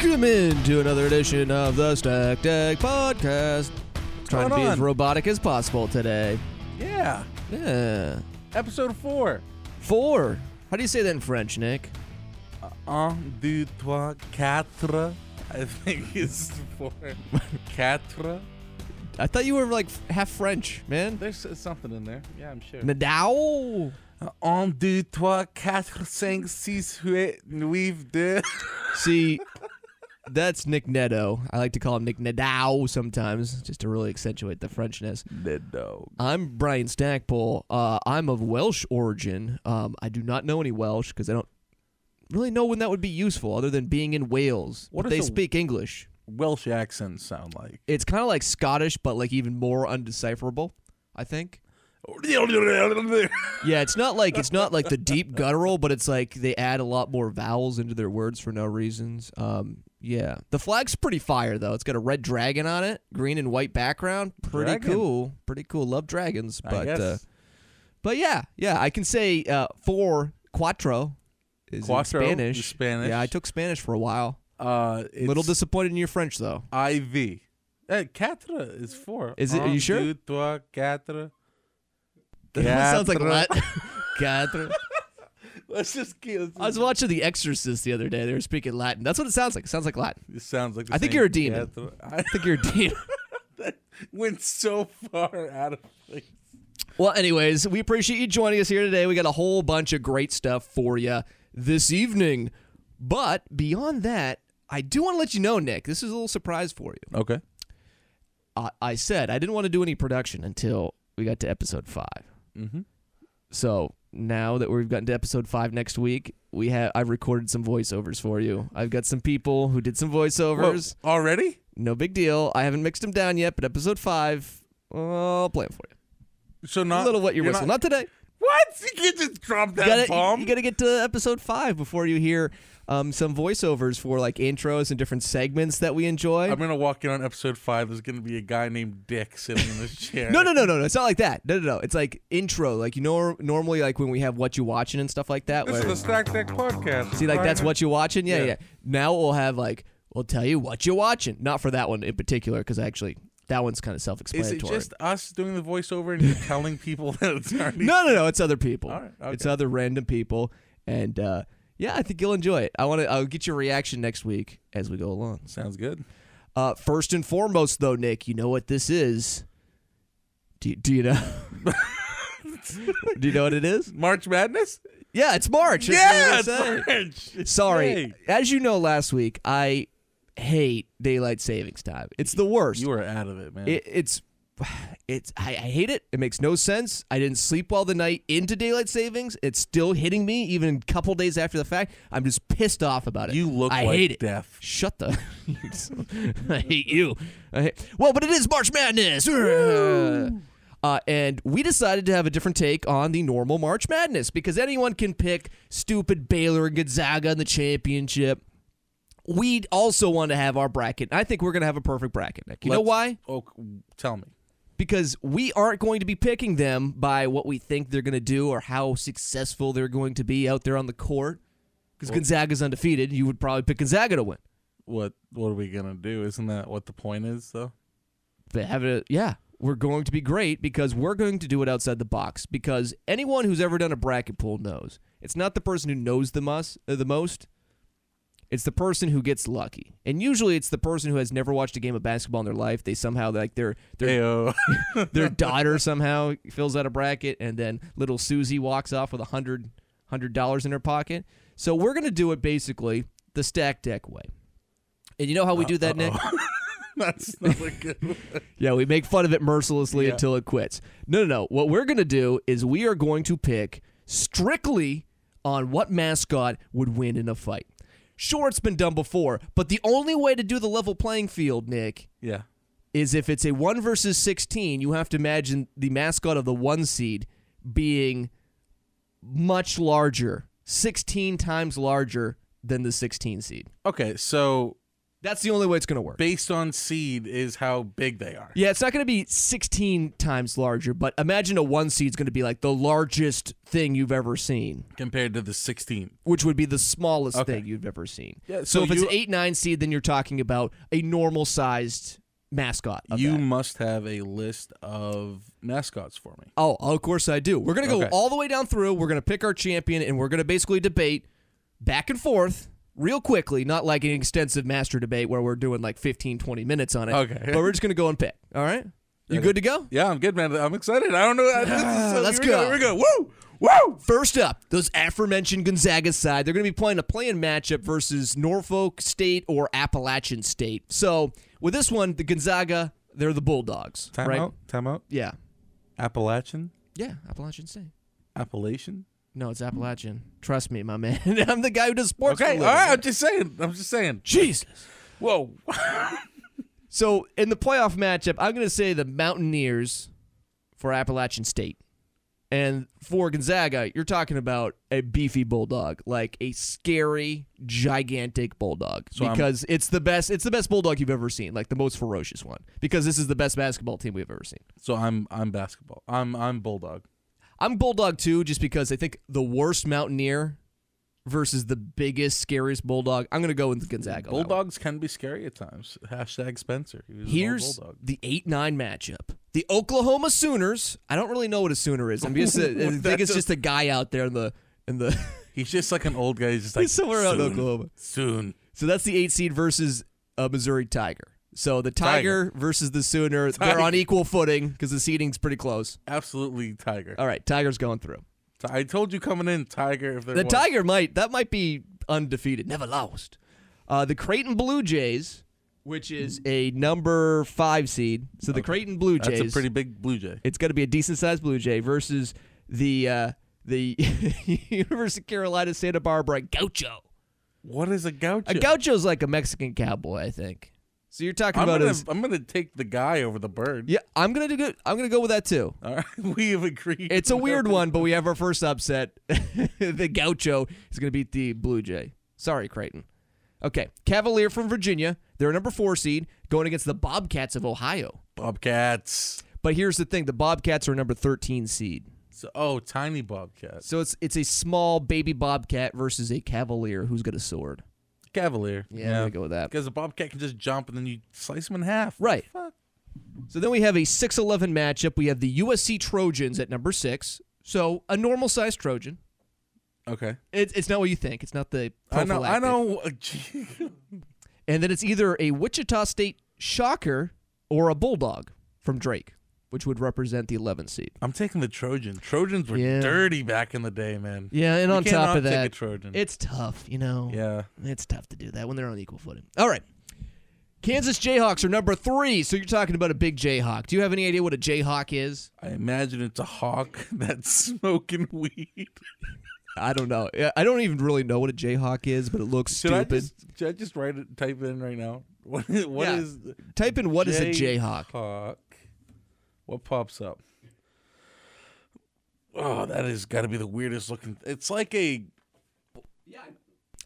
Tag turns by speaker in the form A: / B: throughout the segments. A: into another edition of the Stack Deck Podcast. Trying to
B: going
A: be as
B: on?
A: robotic as possible today.
B: Yeah.
A: Yeah.
B: Episode four.
A: Four. How do you say that in French, Nick?
B: Uh, Un, deux, trois, quatre. I think it's four. Quatre.
A: I thought you were like f- half French, man.
B: There's uh, something in there. Yeah, I'm sure.
A: Nadal.
B: uh, Un, deux, trois, quatre, cinq, six, huit, neuf, deux.
A: See, that's Nick Neto. I like to call him Nick Nadal sometimes, just to really accentuate the Frenchness.
B: No.
A: I'm Brian Stackpole. Uh, I'm of Welsh origin. Um, I do not know any Welsh because I don't really know when that would be useful, other than being in Wales.
B: What
A: but
B: does
A: they
B: the-
A: speak English.
B: Welsh accents sound like.
A: It's kind of like Scottish, but like even more undecipherable. I think. Yeah, it's not like it's not like the deep guttural, but it's like they add a lot more vowels into their words for no reasons. Um, yeah, the flag's pretty fire though. It's got a red dragon on it, green and white background. Pretty
B: Dragon.
A: cool. Pretty cool. Love dragons,
B: I
A: but
B: guess.
A: uh, but yeah, yeah, I can say uh, four cuatro is
B: Cuatro
A: in
B: is
A: Spanish.
B: Spanish.
A: Yeah, I took Spanish for a while.
B: uh, it's
A: Little disappointed in your French though.
B: IV. Uh, quatre is four.
A: Is it- are you
B: Un,
A: sure?
B: Deux, trois, quatre.
A: that sounds like
B: Cuatro.
A: Latin. Cuatro.
B: Let's just keep. let's
A: I was
B: just-
A: watching The Exorcist the other day. They were speaking Latin. That's what it sounds like. It sounds like Latin.
B: It sounds like. The
A: I think
B: same
A: you're a demon.
B: Quatre. I
A: I think you're a demon.
B: went so far out of place.
A: Well, anyways, we appreciate you joining us here today. We got a whole bunch of great stuff for you this evening. But beyond that, I do want to let you know, Nick, this is a little surprise for you.
B: Okay.
A: I, I said I didn't want to do any production until we got to episode five.
B: Mm-hmm.
A: So now that we've gotten to episode five next week, we have I've recorded some voiceovers for you. I've got some people who did some voiceovers.
B: already?
A: No big deal. I haven't mixed them down yet, but episode five, I'll play it for you.
B: So
A: A
B: not
A: little what you
B: you're
A: whistle. Not today.
B: what? You can't just drop that
A: You gotta,
B: bomb.
A: You, gotta get to episode five before you hear um, some voiceovers for like intros and different segments that we enjoy.
B: I'm gonna walk in on episode five. There's gonna be a guy named Dick sitting in this chair.
A: no, no, no, no, no. It's not like that. No, no, no. It's like intro. Like you know, normally like when we have what you watching and stuff like that.
B: This is
A: where-
B: the Stack Deck podcast.
A: see, like that's what you watching. Yeah, yeah,
B: Yeah.
A: Now we'll have like we'll tell you what you watching. Not for that one in particular, because actually that one's kind of
B: Is
A: self-explanatory.
B: it just us doing the voiceover and you're telling people that it's already?
A: No, no, no. It's other people.
B: All right, okay.
A: It's other random people, and uh, yeah, I think you'll enjoy it. I want to. I'll get your reaction next week as we go along.
B: Sounds good.
A: Uh, first and foremost, though, Nick, you know what this is. Do you, do you know? do you know what it is?
B: March Madness.
A: Yeah, it's March. That's what I
B: Yeah,
A: was
B: it's
A: saying.
B: March. It's
A: Sorry,
B: May.
A: as you know, last week I hate daylight savings time. It's the worst.
B: You are out of it, man.
A: It, it's it's I, I hate it. It makes no sense. I didn't sleep well the night into daylight savings. It's still hitting me even a couple days after the fact. I'm just pissed off about it.
B: you look
A: I
B: like
A: hate it.
B: death.
A: Shut the. I hate you. I hate, well, but it is March Madness. Uh, and we decided to have a different take on the normal March Madness because anyone can pick stupid Baylor and Gonzaga in the championship. We also want to have our bracket. I think we're going to have a perfect bracket, Nick. You know
B: Let's-
A: why?
B: Oh, tell me.
A: Because we aren't going to be picking them by what we think they're going to do or how successful they're going to be out there on the court. Because Gonzaga's undefeated. You would probably pick Gonzaga to win.
B: what what are we gonna do? Isn't that what the point is though?
A: But have it yeah we're going to be great because we're going to do it outside the box because anyone who's ever done a bracket pool knows it's not the person who knows the most uh, the most it's the person who gets lucky and usually it's the person who has never watched a game of basketball in their life they somehow like their their
B: Ayo.
A: their daughter somehow fills out a bracket and then little Susie walks off with a hundred hundred dollars in her pocket so we're going to do it basically the stack deck way and you know how we do that Nick
B: That's not a good one.
A: Yeah, we make fun of it mercilessly
B: Yeah.
A: until it quits. No, no, no. What we're going to do is we are going to pick strictly on what mascot would win in a fight. Sure, it's been done before, but the only way to do the level playing field, Nick,
B: Yeah.
A: is if it's a 1 versus 16, you have to imagine the mascot of the 1 seed being much larger, 16 times larger than the 16 seed.
B: Okay, so
A: That's the only way it's going to work.
B: Based on seed is how big they are.
A: Yeah, it's not going to be 16 times larger, but imagine a one seed's going to be like the largest thing you've ever seen,
B: Compared to the 16.
A: which would be the smallest
B: Okay.
A: thing you've ever seen.
B: Yeah,
A: so,
B: so
A: if it's
B: you-
A: an 8 9 seed, then you're talking about a normal sized mascot. of
B: You
A: that.
B: must have a list of mascots for me.
A: Oh, of course I do. We're going to go
B: Okay.
A: all the way down through. We're going to pick our champion, and we're going to basically debate back and forth real quickly, not like an extensive master debate where we're doing like 15, 20 minutes on it.
B: Okay.
A: But we're just going to go and pick. All right? You
B: Okay.
A: good to go?
B: Yeah, I'm good, man. I'm excited. I don't know. I- this is-
A: let's
B: here we
A: go.
B: Here we go. Woo! Woo!
A: First up, those aforementioned Gonzaga side, they're going to be playing a play-in matchup versus Norfolk State or Appalachian State. So with this one, the Gonzaga, they're the Bulldogs,
B: Time
A: right?
B: out. Time out.
A: Yeah,
B: Appalachian.
A: yeah, Appalachian State.
B: Appalachian.
A: No, it's Appalachian. Trust me, my man. I'm the guy who does sports. for a
B: Okay. All
A: living.
B: right. I'm just saying. I'm just saying.
A: Jesus.
B: Whoa.
A: So in the playoff matchup, I'm going to say the Mountaineers for Appalachian State. And for Gonzaga, you're talking about a beefy bulldog, like a scary, gigantic bulldog,
B: I'm-
A: because it's the best. It's the best bulldog you've ever seen, like the most ferocious one, because this is the best basketball team we've ever seen.
B: So I'm I'm basketball. I'm I'm bulldog.
A: I'm bulldog too, just because I think the worst Mountaineer versus the biggest, scariest bulldog. I'm gonna go with Gonzaga. on that one.
B: Bulldogs can be scary at times. Hashtag Spencer. He was an old
A: Here's
B: bulldog.
A: the eight nine matchup. The Oklahoma Sooners. I don't really know what a Sooner is. I'm just I think
B: That
A: it's
B: just-
A: just a guy out there in the in the
B: He's just like an old guy. He's just like
A: somewhere out in
B: soon,
A: Oklahoma.
B: Soon.
A: So that's the eight seed versus a Missouri Tiger. So the Tiger, versus the Sooner, they're on
B: Tiger.
A: equal footing because the seeding's pretty close.
B: Absolutely tiger.
A: All right, Tiger's going through.
B: Ti- I told you coming in tiger. If there
A: The
B: was.
A: Tiger might that might be undefeated, never lost. Uh, the Creighton Blue Jays, which is a number five seed. So the Creighton Blue Jays.
B: Mm. That's a pretty big blue jay.
A: It's going to be a decent sized Blue Jay versus the uh, the University of Carolina Santa Barbara gaucho.
B: What is a gaucho?
A: A gaucho's like a Mexican cowboy, I think. So you're talking
B: I'm
A: about
B: gonna
A: is
B: I'm gonna take the guy over the bird.
A: yeah. I'm gonna do good. I'm gonna go with that too.
B: All right. We have agreed.
A: It's a weird one, but we have our first upset. the gaucho is going to beat the Blue Jay. Sorry, Creighton. Okay, Cavalier from Virginia. They're a number four seed going against the Bobcats of Ohio.
B: Bobcats.
A: But here's the thing: the Bobcats are a number thirteen seed.
B: So, oh, tiny bobcats.
A: So it's it's a small baby bobcat versus a cavalier who's got a sword.
B: Cavalier.
A: Yeah, I'm gonna go with that.
B: Because a bobcat can just jump and then you slice him in half.
A: Right.
B: Fuck.
A: So then we have a 6-11 matchup. We have the USC Trojans at number six. So a normal sized Trojan.
B: Okay.
A: It's it's not what you think. It's not the
B: I know. I
A: prophylactic.
B: know.
A: And then it's either a Wichita State Shocker or a Bulldog from Drake, which would represent the 11th seed.
B: I'm taking the Trojan. Trojans were
A: Yeah.
B: dirty back in the day, man.
A: Yeah, and
B: You
A: on
B: cannot
A: top of
B: take a
A: that,
B: Trojan.
A: it's tough. You know,
B: yeah.
A: it's tough to do that when they're on equal footing. All right. Kansas Jayhawks are number three, so you're talking about a big Jayhawk. Do you have any idea what a Jayhawk is?
B: I imagine it's a hawk that's smoking weed.
A: I don't know. Yeah, I don't even really know what a Jayhawk is, but it looks
B: Should I
A: stupid.
B: just should I just write it type it in right now? What is what
A: Yeah.
B: is
A: Type in what is a Jayhawk.
B: Hawk. What pops up? Oh, that has got to be the weirdest looking. It's like a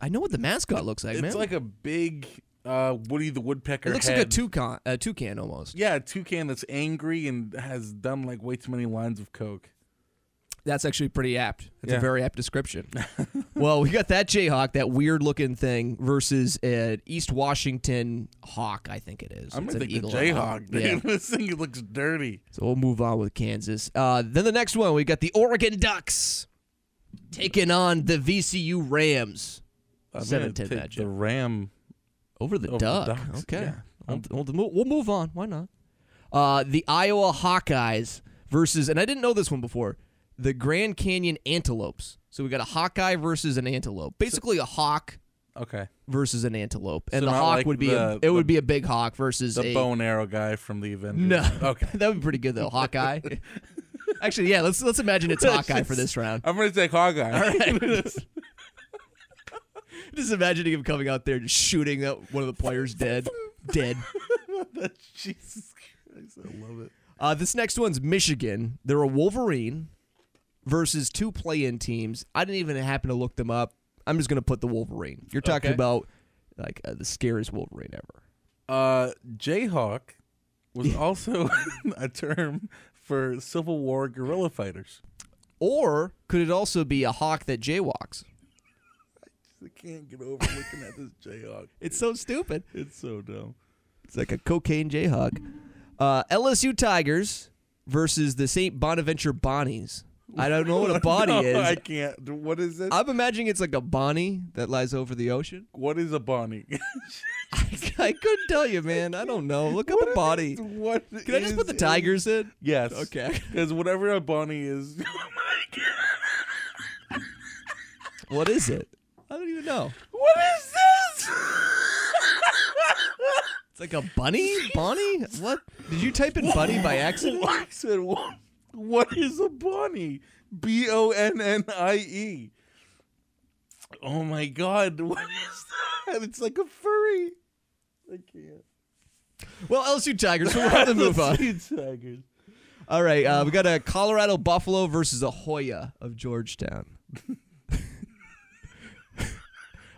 A: I know what the mascot looks like,
B: it's
A: man.
B: like a big uh Woody the Woodpecker
A: it looks
B: head.
A: like a toucan, a toucan almost.
B: Yeah, a toucan that's angry and has done like way too many lines of coke.
A: That's actually pretty apt. That's a
B: Yeah.
A: very apt description. well, we got that Jayhawk, that weird looking thing, versus an East Washington Hawk. I think it is.
B: I'm
A: It's
B: gonna
A: an
B: think the
A: eagle and a hawk.
B: Jayhawk. Dude.
A: Yeah.
B: this thing looks dirty.
A: So we'll move on with Kansas. Uh, then the next one, we got the Oregon Ducks taking on the VCU Rams.
B: I'm gonna
A: 7-10
B: take
A: matchup.
B: The ram.
A: Over the
B: Over the
A: duck.
B: Ducks,
A: Okay.
B: yeah.
A: We'll, we'll- we'll move on. Why not? Uh, the Iowa Hawkeyes versus, and I didn't know this one before, the Grand Canyon Antelopes. So we got a Hawkeye versus an antelope. Basically, a hawk
B: Okay,
A: versus an antelope, and
B: So
A: the
B: not
A: hawk
B: like
A: would be a,
B: the-
A: it
B: the-
A: would be a big hawk versus
B: the
A: a
B: bow and arrow guy from the Avengers.
A: No,
B: Okay.
A: that would be pretty good though. Hawkeye. Actually, yeah. Let's let's imagine it's Hawkeye for this round.
B: I'm gonna take Hawkeye. All
A: Just imagining him coming out there, just shooting out one of the players dead, dead.
B: Jesus Christ, I love it.
A: Uh, this next one's Michigan. They're a Wolverine versus two play-in teams. I didn't even happen to look them up. I'm just going to put the Wolverine. You're talking
B: Okay.
A: about like uh, the scariest Wolverine ever.
B: Uh, Jayhawk was also a term for Civil War guerrilla fighters.
A: Or could it also be a hawk that jaywalks?
B: I can't get over looking at this Jayhawk.
A: It's so stupid.
B: It's so dumb.
A: It's like a cocaine jayhawk. Uh, LSU Tigers versus the St. Bonaventure Bonnies. I don't know what a body
B: No,
A: is.
B: I
A: I-
B: can't. What is this?
A: am imagining it's like a Bonnie that lies over the ocean.
B: what is a Bonnie?
A: I, couldn't tell you, man. I don't know. Look up a body. Can
B: what
A: I just put the
B: is a-
A: Tigers in?
B: Yes.
A: Okay.
B: Because whatever a Bonnie is,
A: What is it? I don't even know.
B: what is this?
A: It's like a bunny? Bonnie? What? Did you type in bunny by accident?
B: I said, what, what is a Bonnie? B O N N I E. Oh my God. What is that? It's like a furry. I can't.
A: Well, LSU Tigers, we'll have to move on.
B: Let's see, Tigers.
A: All right, uh, we got a Colorado Buffalo versus a Hoya of Georgetown.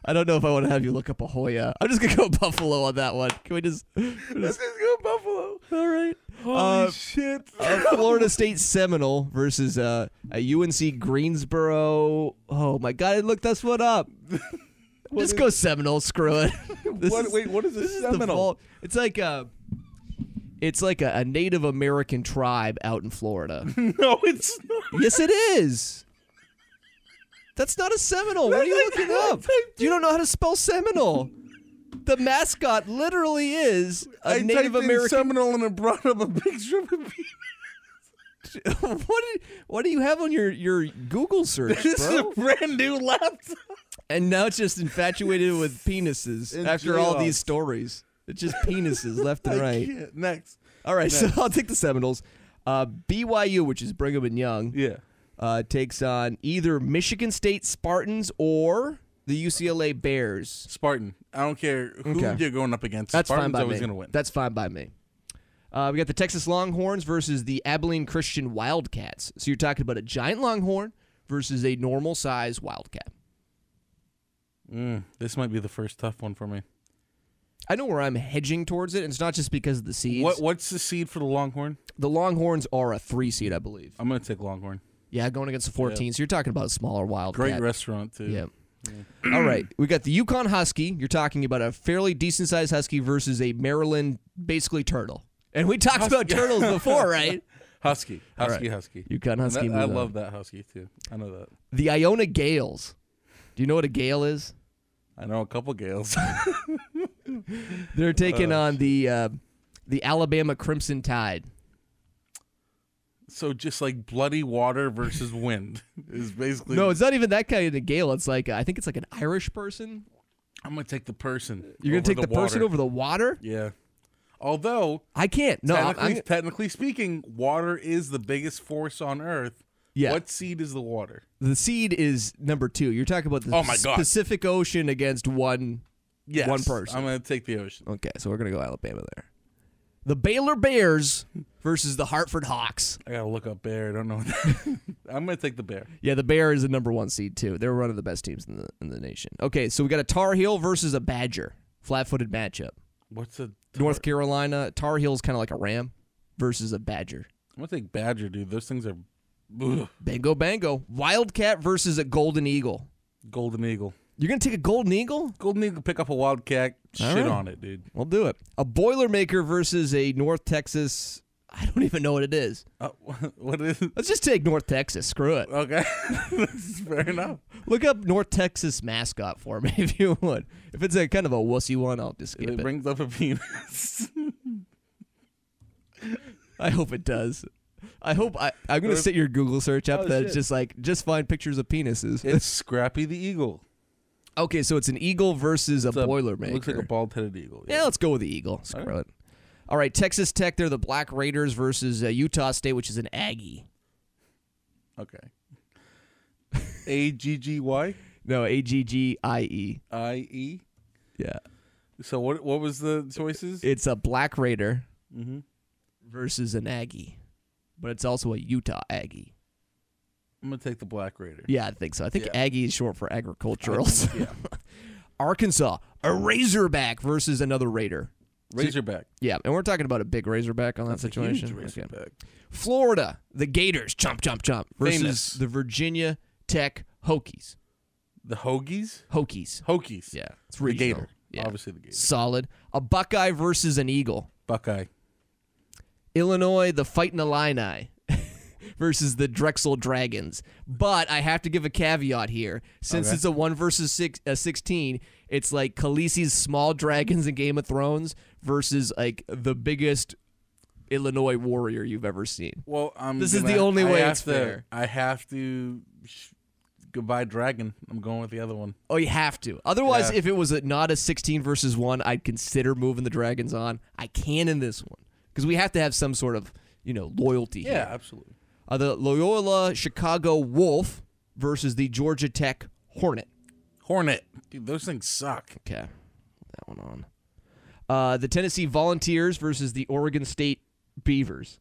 A: I don't know if I want to have you look up a Hoya. I'm just gonna go Buffalo on that one. Can we just?
B: Let's just go Buffalo.
A: All right.
B: Holy
A: Uh,
B: shit.
A: A Florida State Seminole versus uh, a UNC Greensboro. Oh my God! I looked this one up. just go Seminole. Screw it. This
B: What-
A: is-
B: wait, what is a
A: this is the
B: Seminole?
A: fault. It's like a. It's like a, a Native American tribe out in Florida.
B: no, it's not.
A: Yes, it is. That's not a Seminole. What are you looking up? You don't know how to spell Seminole. The mascot literally is a
B: I
A: Native
B: typed in
A: American.
B: Seminole and it brought up a picture of a penis.
A: what, do- what do you have on your, your Google search,
B: This is a
A: bro?
B: brand new laptop.
A: And now it's just infatuated with penises
B: And
A: after all
B: jaywalks.
A: these stories. It's just penises left and
B: I
A: right.
B: can't. Next.
A: All right, so I'll take the Seminoles. Uh, BYU, which is Brigham and Young,
B: Yeah.
A: uh, takes on either Michigan State Spartans or the UCLA Bears.
B: Spartan. I don't care who
A: Okay.
B: you're going up against.
A: That's
B: Spartan's
A: fine by
B: always
A: me.
B: going to win.
A: That's fine by me. Uh, we got the Texas Longhorns versus the Abilene Christian Wildcats. So you're talking about a giant longhorn versus a normal size wildcat.
B: Mm, this might be the first tough one for me.
A: I know where I'm hedging towards it, and it's not just because of the seeds.
B: What What's the seed for the Longhorn?
A: The Longhorns are a three seed, I believe.
B: I'm going to take Longhorn.
A: Yeah, going against the 14. So you're talking about a smaller wildcat.
B: Great restaurant too.
A: Yeah. All right. We got the Yukon Husky. You're talking about a fairly decent sized husky versus a Maryland basically turtle. And we talked about turtles before, right?
B: Husky. Husky.
A: right.
B: Husky.
A: Yukon
B: And that-
A: Husky.
B: I
A: move on.
B: love that husky too. I know that.
A: the Iona Gales. Do you know what a gale is?
B: I know a couple gales.
A: They're taking on the uh, the Alabama Crimson Tide.
B: so just like bloody water versus wind is basically.
A: No, it's not even that kind of gale. It's like uh, I think it's like an Irish person.
B: I'm gonna take the person.
A: You're gonna
B: over
A: take the, person
B: water.
A: over the water.
B: Yeah. Although
A: I can't. No, I'm,
B: technically,
A: I'm-
B: technically speaking, water is the biggest force on Earth.
A: Yeah.
B: What seed is the water?
A: the seed is number two. You're talking about the
B: Oh my God.
A: Pacific Ocean against one
B: Yes.
A: One person.
B: I'm gonna take the ocean.
A: Okay, so we're gonna go Alabama there. The Baylor Bears versus the Hartford Hawks.
B: I gotta look up bear. I don't know. What that- I'm gonna take the bear.
A: Yeah, the Bear is the number one seed too. They're one of the best teams in the in the nation. Okay, so we got a Tar Heel versus a Badger, flat-footed matchup.
B: What's a?
A: North Carolina Tar Heel's kind of like a Ram versus a Badger.
B: I'm gonna take badger, dude. Those things are. Ugh.
A: Bango bango. Wildcat versus a Golden Eagle.
B: golden eagle.
A: You're gonna take a Golden Eagle?
B: Golden eagle pick up a wildcat.
A: All
B: Shit
A: right.
B: on it, dude.
A: We'll do it. A Boilermaker versus a North Texas. I don't even know what it is.
B: Uh, what is? it?
A: Let's just take North Texas. Screw it.
B: Okay, this is fair enough.
A: Look up North Texas mascot for me if you would. If it's a kind of a wussy one, I'll just skip
B: It
A: it.
B: brings up a penis.
A: I hope it does. I hope I, I'm going to set your Google search up
B: Oh,
A: that
B: shit.
A: it's just like just find pictures of penises.
B: it's Scrappy the eagle.
A: okay, so it's an eagle versus a
B: It's a-
A: boilermaker.
B: Looks like a bald-headed eagle.
A: yeah, let's go with the eagle. Screw it. All right, Texas Tech. They're the Black Raiders versus uh, Utah State, which is an Aggie.
B: Okay. A G G Y
A: No, A G G I E.
B: I E.
A: Yeah,
B: So what? What was the choices?
A: it's a Black Raider
B: Mhm.
A: versus an Aggie, but it's also a Utah Aggie.
B: I'm gonna take the Black Raider.
A: Yeah, I think so. I think
B: Yeah.
A: Aggie is short for agricultural.
B: Yeah.
A: Arkansas, a Razorback versus another Raider.
B: Razorback.
A: Yeah, and we're talking about a big Razorback on that situation.
B: Huge
A: Okay.
B: Razorback.
A: Florida, the Gators, chomp chomp chomp versus
B: Famous.
A: the Virginia Tech Hokies.
B: The Hoagies?
A: Hokies.
B: Hokies.
A: Yeah, it's
B: The
A: regional.
B: Gator.
A: Yeah.
B: Obviously the Gator.
A: Solid. A Buckeye versus an Eagle.
B: Buckeye.
A: Illinois, the Fighting Illini versus the Drexel Dragons. But I have to give a caveat here. Since
B: Okay.
A: it's a 1 versus six, uh, 16, it's like Khaleesi's small dragons in Game of Thrones versus like the biggest Illinois warrior you've ever seen.
B: Well, I'm
A: This is
B: gonna-
A: the only
B: I
A: way
B: have
A: it's
B: to,
A: fair.
B: I have to. Sh- goodbye, Dragon. I'm going with the other one.
A: Oh, you have to. Otherwise,
B: Yeah.
A: if it was a, not a 16 versus 1, I'd consider moving the dragons on. I can in this one because we have to have some sort of, you know, loyalty here.
B: absolutely.
A: Uh, the Loyola Chicago Wolf versus the Georgia Tech Hornet.
B: Hornet. Dude, those things suck.
A: Okay, that one on. Uh, the Tennessee Volunteers versus the Oregon State Beavers.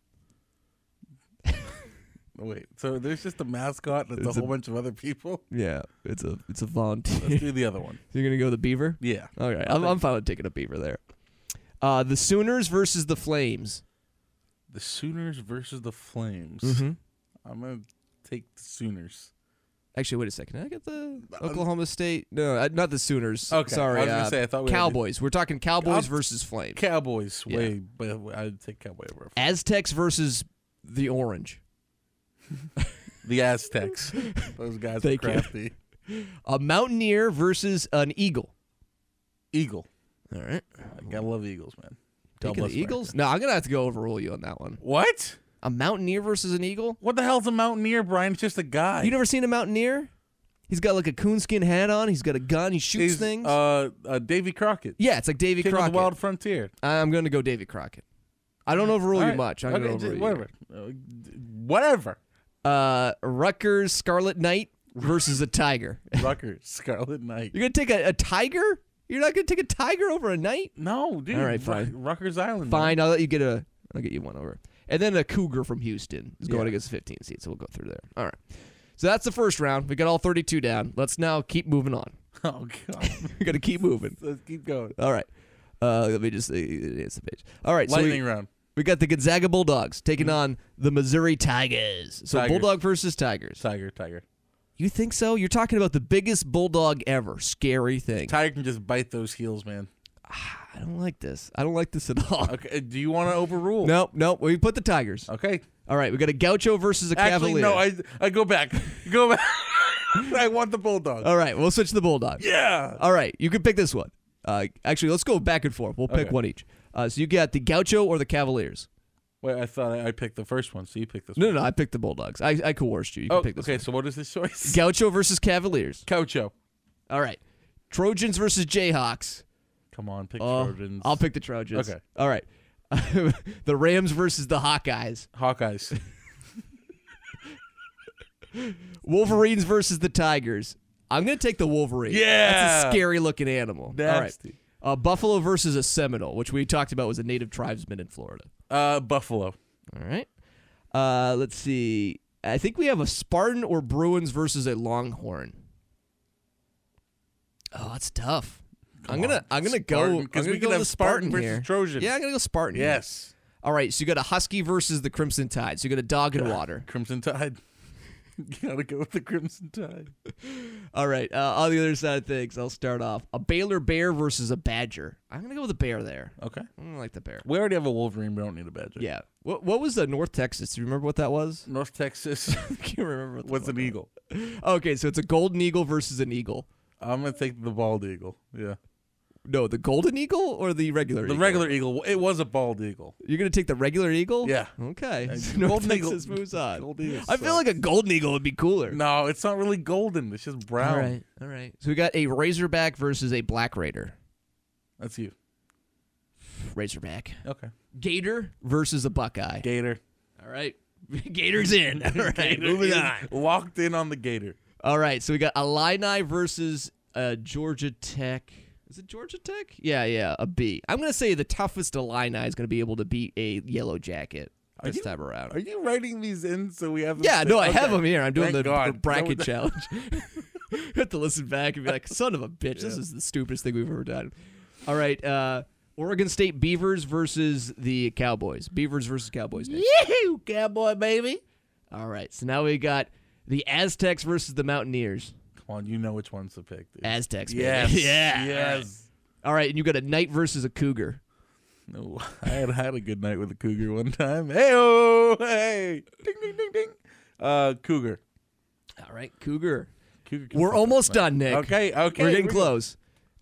B: Oh, Wait, so there's just a mascot that's a whole bunch of other people?
A: Yeah, it's a it's a volunteer.
B: Let's do the other one.
A: You're gonna go with the Beaver.
B: Yeah.
A: All right, I'm, I'm fine with taking a Beaver there. Uh, the Sooners versus the Flames.
B: The Sooners versus the Flames.
A: Mm-hmm.
B: I'm going to take the Sooners.
A: Actually, wait a second. Did I get the Oklahoma State. No, uh, not the Sooners.
B: Okay,
A: sorry.
B: I was gonna
A: uh,
B: say, I thought we had-
A: Cowboys. We're talking Cowboys
B: I'll-
A: versus Flames.
B: Cowboys,
A: Yeah.
B: way, but I'd take Cowboy over.
A: Aztecs versus the Orange.
B: The Aztecs. Those guys are
A: Thank you.
B: crafty.
A: A mountaineer versus an eagle.
B: Eagle.
A: All right.
B: I gotta love the Eagles, man.
A: Taking
B: Double
A: the Eagles? No, I'm going to have to go overrule you on that one.
B: What?
A: A mountaineer versus an eagle?
B: What the hell's a mountaineer, Brian? It's just a guy.
A: You never seen a mountaineer? He's got like a coonskin hat on. He's got a gun. He shoots
B: He's,
A: things.
B: Uh, uh, Davy Crockett.
A: yeah, it's like Davy
B: King of
A: Crockett.
B: the Wild Frontier.
A: I'm going to go Davy Crockett. I don't overrule you
B: Alright.
A: much. I'm
B: Okay,
A: going to
B: just
A: overrule you.
B: whatever. Uh, d- Whatever.
A: Uh, Rutgers Scarlet Knight versus a tiger.
B: Rucker, Scarlet Knight.
A: You're going to take a, a tiger? You're not going to take a tiger over a knight?
B: No, dude.
A: All right,
B: Ru-
A: fine.
B: Rutgers Island. man.
A: Fine, I'll let you get a. I'll get you one over. And then a cougar from Houston is going
B: Yeah.
A: against 15 seed, so we'll go through there. All right. So that's the first round. We got all 32 down. Let's now keep moving on.
B: Oh god.
A: we got to keep moving.
B: Let's keep going.
A: All right. Uh, let me just uh, it's the page. All right. So
B: Lightning
A: we,
B: round.
A: we got the Gonzaga Bulldogs taking on the Missouri Tigers. So
B: Tigers.
A: Bulldog versus Tigers.
B: Tiger, tiger.
A: You think so? You're talking about the biggest bulldog ever. Scary thing.
B: Tiger can just bite those heels, man.
A: I don't like this. I don't like this at all.
B: Okay. uh, Do you want to overrule?
A: Nope, nope. We put the Tigers.
B: Okay.
A: All right, we got a Gaucho versus a
B: Actually,
A: Cavalier.
B: no. I I go back. Go back. I want the bulldog.
A: All right, we'll switch to the Bulldogs.
B: yeah.
A: All right, you can pick this one. Uh, actually, let's go back and forth. We'll pick
B: Okay.
A: one each. Uh, so you got the Gaucho or the Cavaliers?
B: Wait, I thought I, I picked the first one, so you picked this
A: No,
B: one.
A: no, no I picked the Bulldogs. I, I coerced you. You
B: Oh,
A: can pick this
B: okay.
A: one.
B: So what is this choice?
A: Gaucho versus Cavaliers.
B: Cocho.
A: All right. Trojans versus Jayhawks.
B: Come on, pick
A: Oh,
B: Trojans.
A: I'll pick the Trojans.
B: Uh, Okay.
A: All right. the Rams versus the Hawkeyes.
B: Hawkeyes.
A: Wolverines versus the Tigers. I'm going to take the Wolverine. That's a
B: Yeah.
A: scary looking animal. All right.
B: Nasty.
A: Uh, Buffalo versus a Seminole, which we talked about was a native tribesman in Florida.
B: uh, Buffalo.
A: All right. Uh, let's see. I think we have a Spartan or Bruins versus a Longhorn. Oh, that's tough. I'm gonna I'm gonna go I'm
B: because
A: gonna
B: we
A: go
B: can
A: with
B: have
A: the
B: Spartan
A: Spartan
B: versus
A: here.
B: Trojan.
A: Yeah, I'm gonna go Spartan. here.
B: Yes.
A: All right. So you got a Husky versus the Crimson Tide. So you got a dog and water.
B: Crimson Tide. Gotta go with the Crimson Tide.
A: All right. Uh, on the other side of things, I'll start off a Baylor Bear versus a Badger. I'm gonna go with a bear there.
B: Okay.
A: I don't like the bear.
B: We already have a Wolverine. We don't need a Badger.
A: Yeah. What What was the North Texas? Do you remember what that was?
B: North Texas.
A: I can't remember. What that
B: What's an
A: was.
B: eagle?
A: Okay, so it's a golden eagle versus an eagle.
B: I'm gonna take the bald eagle. Yeah.
A: No, the golden eagle or the regular
B: The
A: eagle?
B: regular eagle. It was a bald eagle.
A: You're going to take the regular eagle?
B: Yeah.
A: Okay.
B: And
A: So North
B: golden eagle-
A: Texas moves on.
B: Gold eagle.
A: I feel like a golden eagle would be cooler.
B: No, it's not really golden. It's just brown.
A: All right. All right. So we got a Razorback versus a Black Raider.
B: That's you.
A: Razorback.
B: Okay.
A: Gator versus a Buckeye.
B: Gator.
A: All right. Gator's in. All right. moving
B: is
A: on.
B: Locked in on the gator.
A: All right. So we got Illini versus uh, Georgia Tech. Is it Georgia Tech? Yeah, yeah. A B. I'm going to say the toughest Illini is going to be able to beat a Yellow Jacket
B: Are
A: this
B: you-
A: time around.
B: Are you writing these in so we have? them
A: Yeah,
B: saved?
A: no, I
B: Okay.
A: have them here. I'm doing the
B: Thank God.
A: br- bracket
B: That
A: challenge. you have to listen back and be like, son of a bitch, this is the stupidest thing we've ever done. All right, uh, Oregon State Beavers versus the Cowboys. Beavers versus Cowboys. Next.
B: Yee-hoo, cowboy baby.
A: All right, so now we got the Aztecs versus the Mountaineers.
B: Come on, you know which one's to pick. Dude.
A: Aztecs, baby.
B: Yes.
A: yeah,
B: Yes.
A: All right, and you got a Knight versus a Cougar.
B: No, I had had a good night with a cougar one time. Hey, oh, hey, ding, ding, ding, ding. Uh, cougar.
A: All right, Cougar.
B: Cougar. can
A: We're
B: fuck up,
A: almost
B: man.
A: done, Nick.
B: Okay, okay.
A: we're getting close.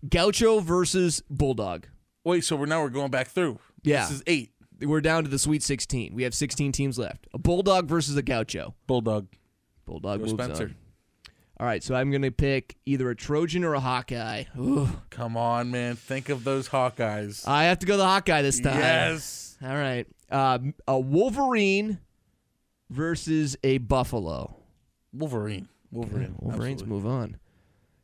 A: Gaucho versus Bulldog.
B: Wait, so we're now we're going back through.
A: Yeah.
B: This is eight.
A: We're down to the Sweet 16. We have 16 teams left. A Bulldog versus a Gaucho.
B: Bulldog.
A: Bulldog
B: Go
A: moves
B: Spencer.
A: on. All right, so I'm going to pick either a Trojan or a Hawkeye. Ooh,
B: Come on, man. Think of those Hawkeyes.
A: I have to go the Hawkeye this Uh, time.
B: yes.
A: All right. Um, a Wolverine versus a Buffalo.
B: Wolverine. Wolverine.
A: Wolverines
B: Absolutely.
A: move on.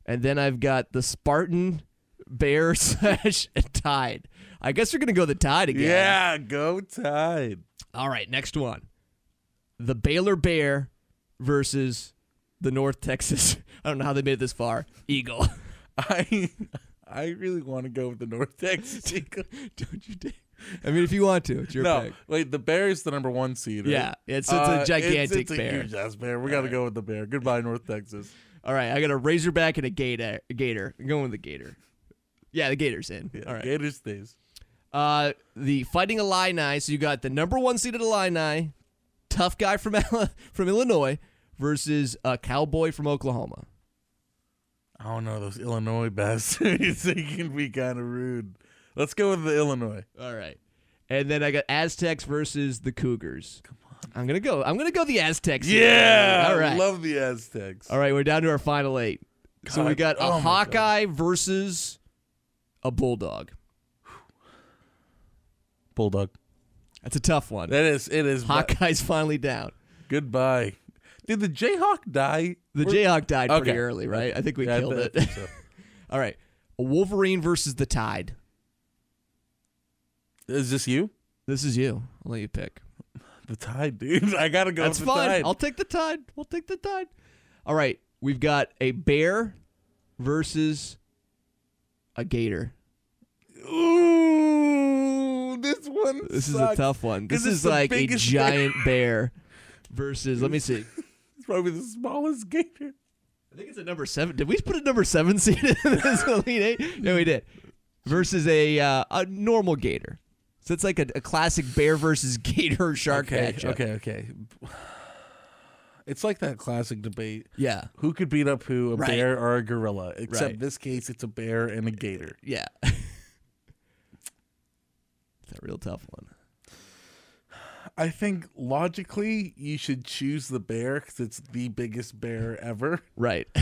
A: And then I've got the Spartan Bear slash Tide. I guess we're going to go the Tide again.
B: Yeah, go Tide.
A: All right, next one. The Baylor Bear versus the North Texas. I don't know how they made it this far. Eagle.
B: I I really want to go with the North Texas. Eagles.
A: don't you dare. I mean, if you want to, it's your
B: no,
A: pick.
B: wait. The bear is the number one seed. Right?
A: Yeah, it's, it's
B: Uh,
A: a gigantic
B: it's a
A: bear.
B: Huge ass bear. We got to go with the bear. Goodbye, North Texas.
A: All right, I got a Razorback and a Gator. A gator. I'm going with the Gator. Yeah, the Gator's in.
B: Yeah,
A: All right.
B: Gator stays.
A: Uh, the Fighting Illini. So you got the number one seeded Illini, tough guy from Ala- from Illinois, versus a cowboy from Oklahoma.
B: I don't know those Illinois bastards. they can be kind of rude. Let's go with the Illinois.
A: All right. And then I got Aztecs versus the Cougars. Come on. I'm gonna go. I'm gonna go the Aztecs. here.
B: Yeah,
A: All right.
B: Love the Aztecs.
A: All right. We're down to our final eight. So we
B: God.
A: got a
B: Oh my God.
A: Hawkeye versus a Bulldog.
B: Bulldog.
A: That's a tough one.
B: That is. It is. but-
A: Hawkeye's finally down.
B: Goodbye. Did the Jayhawk die?
A: The
B: We're-
A: Jayhawk died pretty
B: Okay.
A: early, right? I think we
B: Yeah, I
A: killed
B: thi- I
A: it.
B: think so.
A: All right. A Wolverine versus the Tide.
B: Is this you?
A: This is you. I'll let you pick.
B: The Tide, dude. I gotta go
A: That's
B: with the
A: fine.
B: Tide.
A: I'll take the Tide. We'll take the Tide. All right. We've got a bear versus a gator.
B: Ooh, this one.
A: This is a
B: sucks.
A: tough one. This
B: 'Cause it's
A: is
B: the
A: like a
B: biggest
A: giant bear versus. Let me see.
B: It's probably the smallest gator.
A: I think it's a number seven. Did we put a number seven seed in this elite eight? No, we did. Versus a uh, a normal gator. So it's like a, a classic bear versus gator shark
B: Okay,
A: matchup.
B: okay, okay. It's like that classic debate:
A: Yeah.
B: who could beat up who, a
A: Right.
B: bear or a gorilla? Except
A: Right.
B: this case, it's a bear and a gator.
A: Yeah. it's a real tough one.
B: I think logically, you should choose the bear because it's the biggest bear ever.
A: Right.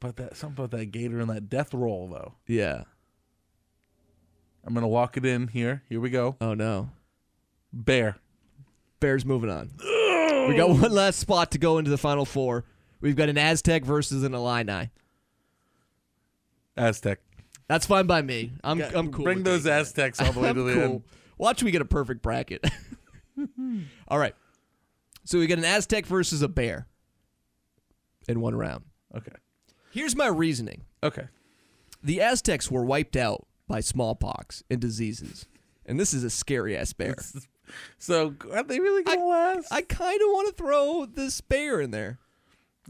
B: But that something about that gator and that death roll, though.
A: yeah.
B: I'm gonna walk it in here. Here we go.
A: Oh no.
B: Bear.
A: Bears moving on. We got one last spot to go into the final four. We've got an Aztec versus an Illini.
B: Aztec.
A: That's fine by me. I'm I'm cool.
B: Bring
A: with
B: those
A: that.
B: Aztecs all the way
A: I'm
B: to the
A: cool.
B: end.
A: Watch we get a perfect bracket. All right. So we got an Aztec versus a bear in one round.
B: Okay.
A: Here's my reasoning.
B: Okay.
A: The Aztecs were wiped out by smallpox and diseases. And this is a scary ass bear.
B: So are they really gonna last?
A: I kind of want to throw this bear in there.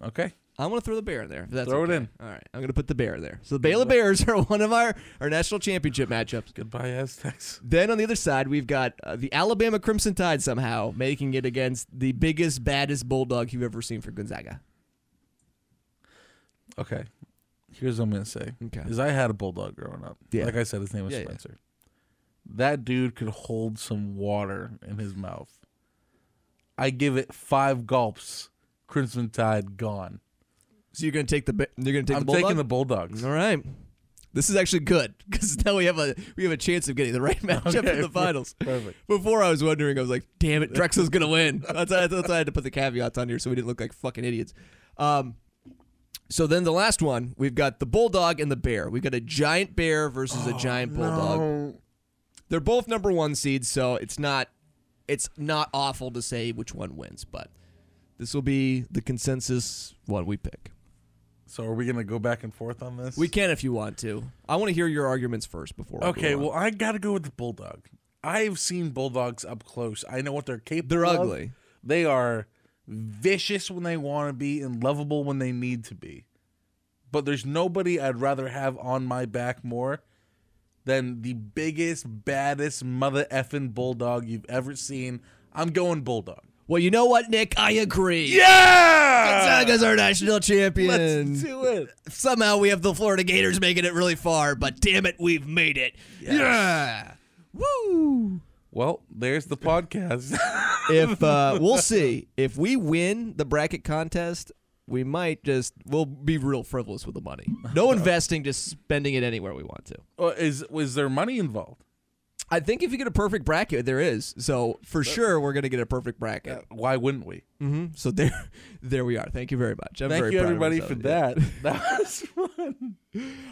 B: okay.
A: I want to throw the bear in there. if that's
B: Throw it
A: okay.
B: in.
A: All right. I'm going to put the bear in there. So the Baylor Bears are one of our, our national championship matchups.
B: Goodbye, Aztecs.
A: Then on the other side, we've got uh, the Alabama Crimson Tide somehow making it against the biggest, baddest bulldog you've ever seen for Gonzaga.
B: Okay. Here's what I'm gonna say.
A: Okay.
B: Is I had a bulldog growing up.
A: Yeah.
B: Like I said, his name was
A: Yeah, yeah.
B: Spencer. That dude could hold some water in his mouth. I give it five gulps. Crimson Tide gone.
A: So you're going to take the ba- you're going to take
B: I'm
A: the bulldog.
B: taking the Bulldogs.
A: All right. This is actually good because now we have a we have a chance of getting the right matchup in the finals.
B: Perfect.
A: Before I was wondering, I was like, "Damn it, Drexel's gonna win." That's, why- that's why I had to put the caveats on here so we didn't look like fucking idiots. Um, so then the last one, we've got the bulldog and the bear. We've got a giant bear versus
B: Oh,
A: a giant bulldog.
B: No.
A: They're both number one seeds, so it's not it's not awful to say which one wins, but this will be the consensus one we pick.
B: So are we gonna go back and forth on this?
A: We can if you want to. I want to hear your arguments first before. we
B: Okay,
A: go on.
B: well I gotta go with the bulldog. I've seen bulldogs up close. I know what they're capable.
A: they're
B: of.
A: ugly.
B: They are vicious when they want to be and lovable when they need to be. But there's nobody I'd rather have on my back more than the biggest, baddest mother effing bulldog you've ever seen. I'm going bulldog.
A: Well, you know what, Nick? I agree.
B: Yeah!
A: Gonzaga's our national champion.
B: Let's do it.
A: Somehow we have the Florida Gators making it really far, but damn it, we've made it. Yeah. Woo.
B: Well, there's the podcast.
A: If uh, we'll see if we win the bracket contest, we might just we'll be real frivolous with the money. No investing, just spending it anywhere we want to.
B: Uh, is was there money involved?
A: I think if you get a perfect bracket, there is. So for sure, we're gonna get a perfect bracket.
B: Why wouldn't we?
A: hmm So there, there we are. Thank you very much. I'm
B: Thank
A: very
B: you
A: proud of
B: everybody for
A: myself. Yeah.
B: that. That was fun.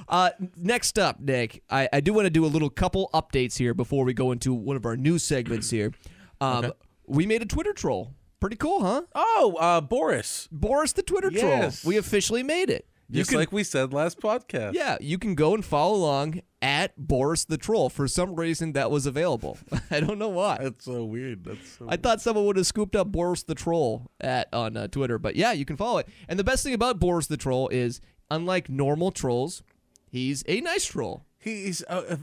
A: Uh, next up, Nick, I, I do want to do a little couple updates here before we go into one of our new segments here. Um, We made a Twitter troll. Pretty cool, huh?
B: Oh, uh, Boris.
A: Boris the Twitter
B: Yes.
A: troll. We officially made it. You
B: Just
A: can,
B: like we said last podcast.
A: yeah, you can go and follow along at Boris the Troll. For some reason, that was available. I don't know why.
B: That's so weird. That's so
A: I thought someone would have scooped up Boris the Troll at on uh, Twitter, but yeah, you can follow it. And the best thing about Boris the Troll is, unlike normal trolls, he's a nice troll.
B: he's a,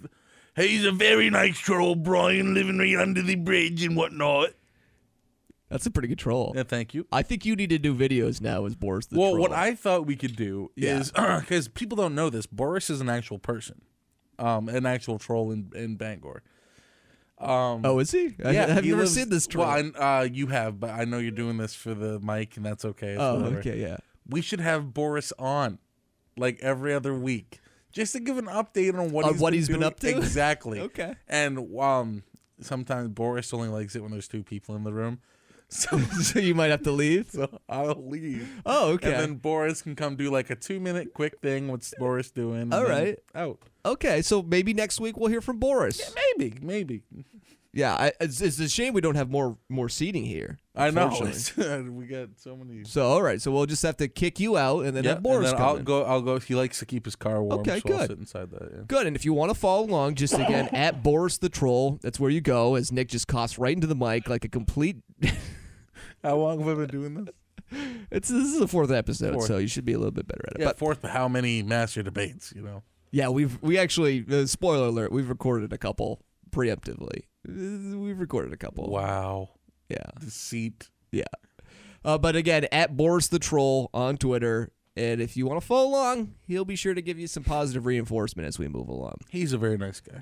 B: a- he's a very nice troll, Brian, living right under the bridge and whatnot.
A: That's a pretty good troll.
B: Yeah, thank you.
A: I think you need to do videos now as Boris the
B: Well,
A: Troll.
B: what I thought we could do
A: Yeah.
B: is because people don't know this, Boris is an actual person, um, an actual troll in in Bangor. Um,
A: oh, is he? I,
B: Yeah,
A: I've
B: he
A: never
B: lives-
A: seen this troll.
B: Well, I, uh, you have, but I know you're doing this for the mic, and that's okay. It's
A: oh,
B: whatever.
A: okay, yeah.
B: We should have Boris on, like every other week, just to give an update on what
A: On
B: he's
A: what
B: been
A: he's been
B: doing.
A: up to?
B: Exactly.
A: Okay.
B: And um, sometimes Boris only likes it when there's two people in the room, so,
A: so you might have to leave.
B: so I'll leave.
A: Oh, okay.
B: And then Boris can come do like a two minute quick thing. What's Boris doing? and
A: All
B: then
A: right.
B: Out.
A: okay, so maybe next week we'll hear from Boris.
B: Maybe. Maybe.
A: Yeah, I, it's, it's a shame we don't have more more seating here.
B: I know.
A: unfortunately.
B: we got so many.
A: So all right, so we'll just have to kick you out and then
B: Yeah,
A: have Boris
B: and then
A: come
B: I'll
A: in.
B: go. I'll go. He likes to keep his car warm.
A: Okay,
B: so I'll
A: good.
B: sit inside that. Yeah.
A: Good, and if you want to follow along, just again at Boris the Troll. That's where you go. As Nick just coughs right into the mic like a complete.
B: How long have I been doing this?
A: it's this is the fourth episode,
B: Fourth.
A: so you should be a little bit better at it.
B: Yeah,
A: But
B: fourth. How many master debates? You know.
A: Yeah, we've we actually uh, spoiler alert, we've recorded a couple preemptively. Uh, We've recorded a couple.
B: Wow.
A: Yeah.
B: Deceit.
A: Yeah. Uh, but again, at Boris the Troll on Twitter, and if you want to follow along, he'll be sure to give you some positive reinforcement as we move along.
B: He's a very nice guy.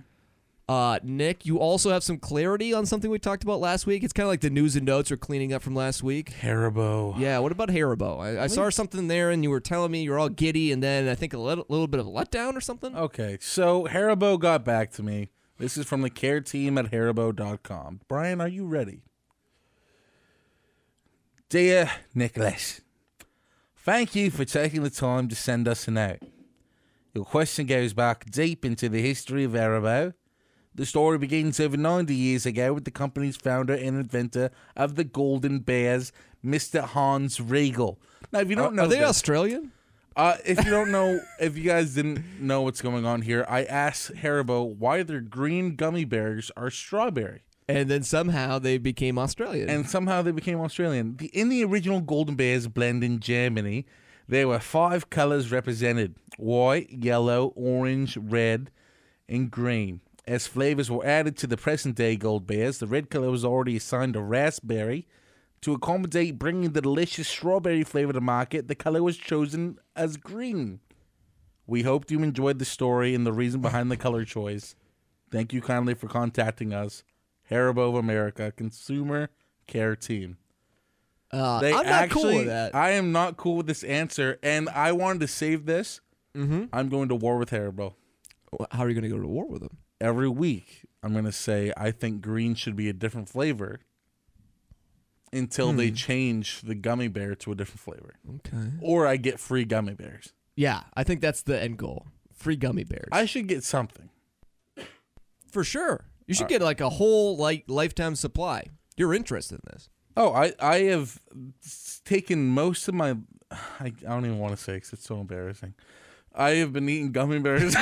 A: Uh, Nick, you also have some clarity on something we talked about last week. It's kind of like the news and notes are cleaning up from last week.
B: Haribo.
A: Yeah, what about Haribo? I, I saw something there, and you were telling me you're all giddy, and then I think a little, little bit of a letdown or something.
B: Okay, so Haribo got back to me. This is from the care team at Haribo.com. Brian, are you ready? Dear Nicholas, thank you for taking the time to send us a note. Your question goes back deep into the history of Haribo. The story begins over 90 years ago with the company's founder and inventor of the Golden Bears, Mr. Hans Regal. Now, if you don't know
A: Are they
B: this-
A: Australian?
B: uh, if you don't know, if you guys didn't know what's going on here, I asked Haribo why their green gummy bears are strawberry,
A: And then somehow they became Australian.
B: and somehow they became Australian. The, in the original Golden Bears blend in Germany, there were five colors represented: white, yellow, orange, red, and green. As flavors were added to the present-day Gold Bears, the red color was already assigned to raspberry. To accommodate bringing the delicious strawberry flavor to market, the color was chosen as green. We hoped you enjoyed the story and the reason behind the color choice. Thank you kindly for contacting us, Haribo of America Consumer Care Team.
A: Uh,
B: They
A: I'm not
B: actually,
A: cool with that.
B: I am not cool with this answer, and I wanted to save this. Mm-hmm. I'm going to war with Haribo
A: How are you going to go to war with them?
B: every week. I'm going to say I think green should be a different flavor until
A: Hmm.
B: they change the gummy bear to a different flavor,
A: Okay.
B: or I get free gummy bears.
A: Yeah, I think that's the end goal. Free gummy bears.
B: I should get something.
A: For sure. You should get like a whole like lifetime supply. Your interest in this.
B: Oh, I I have s- taken most of my I, I don't even want to say because it's so embarrassing. I have been eating gummy bears.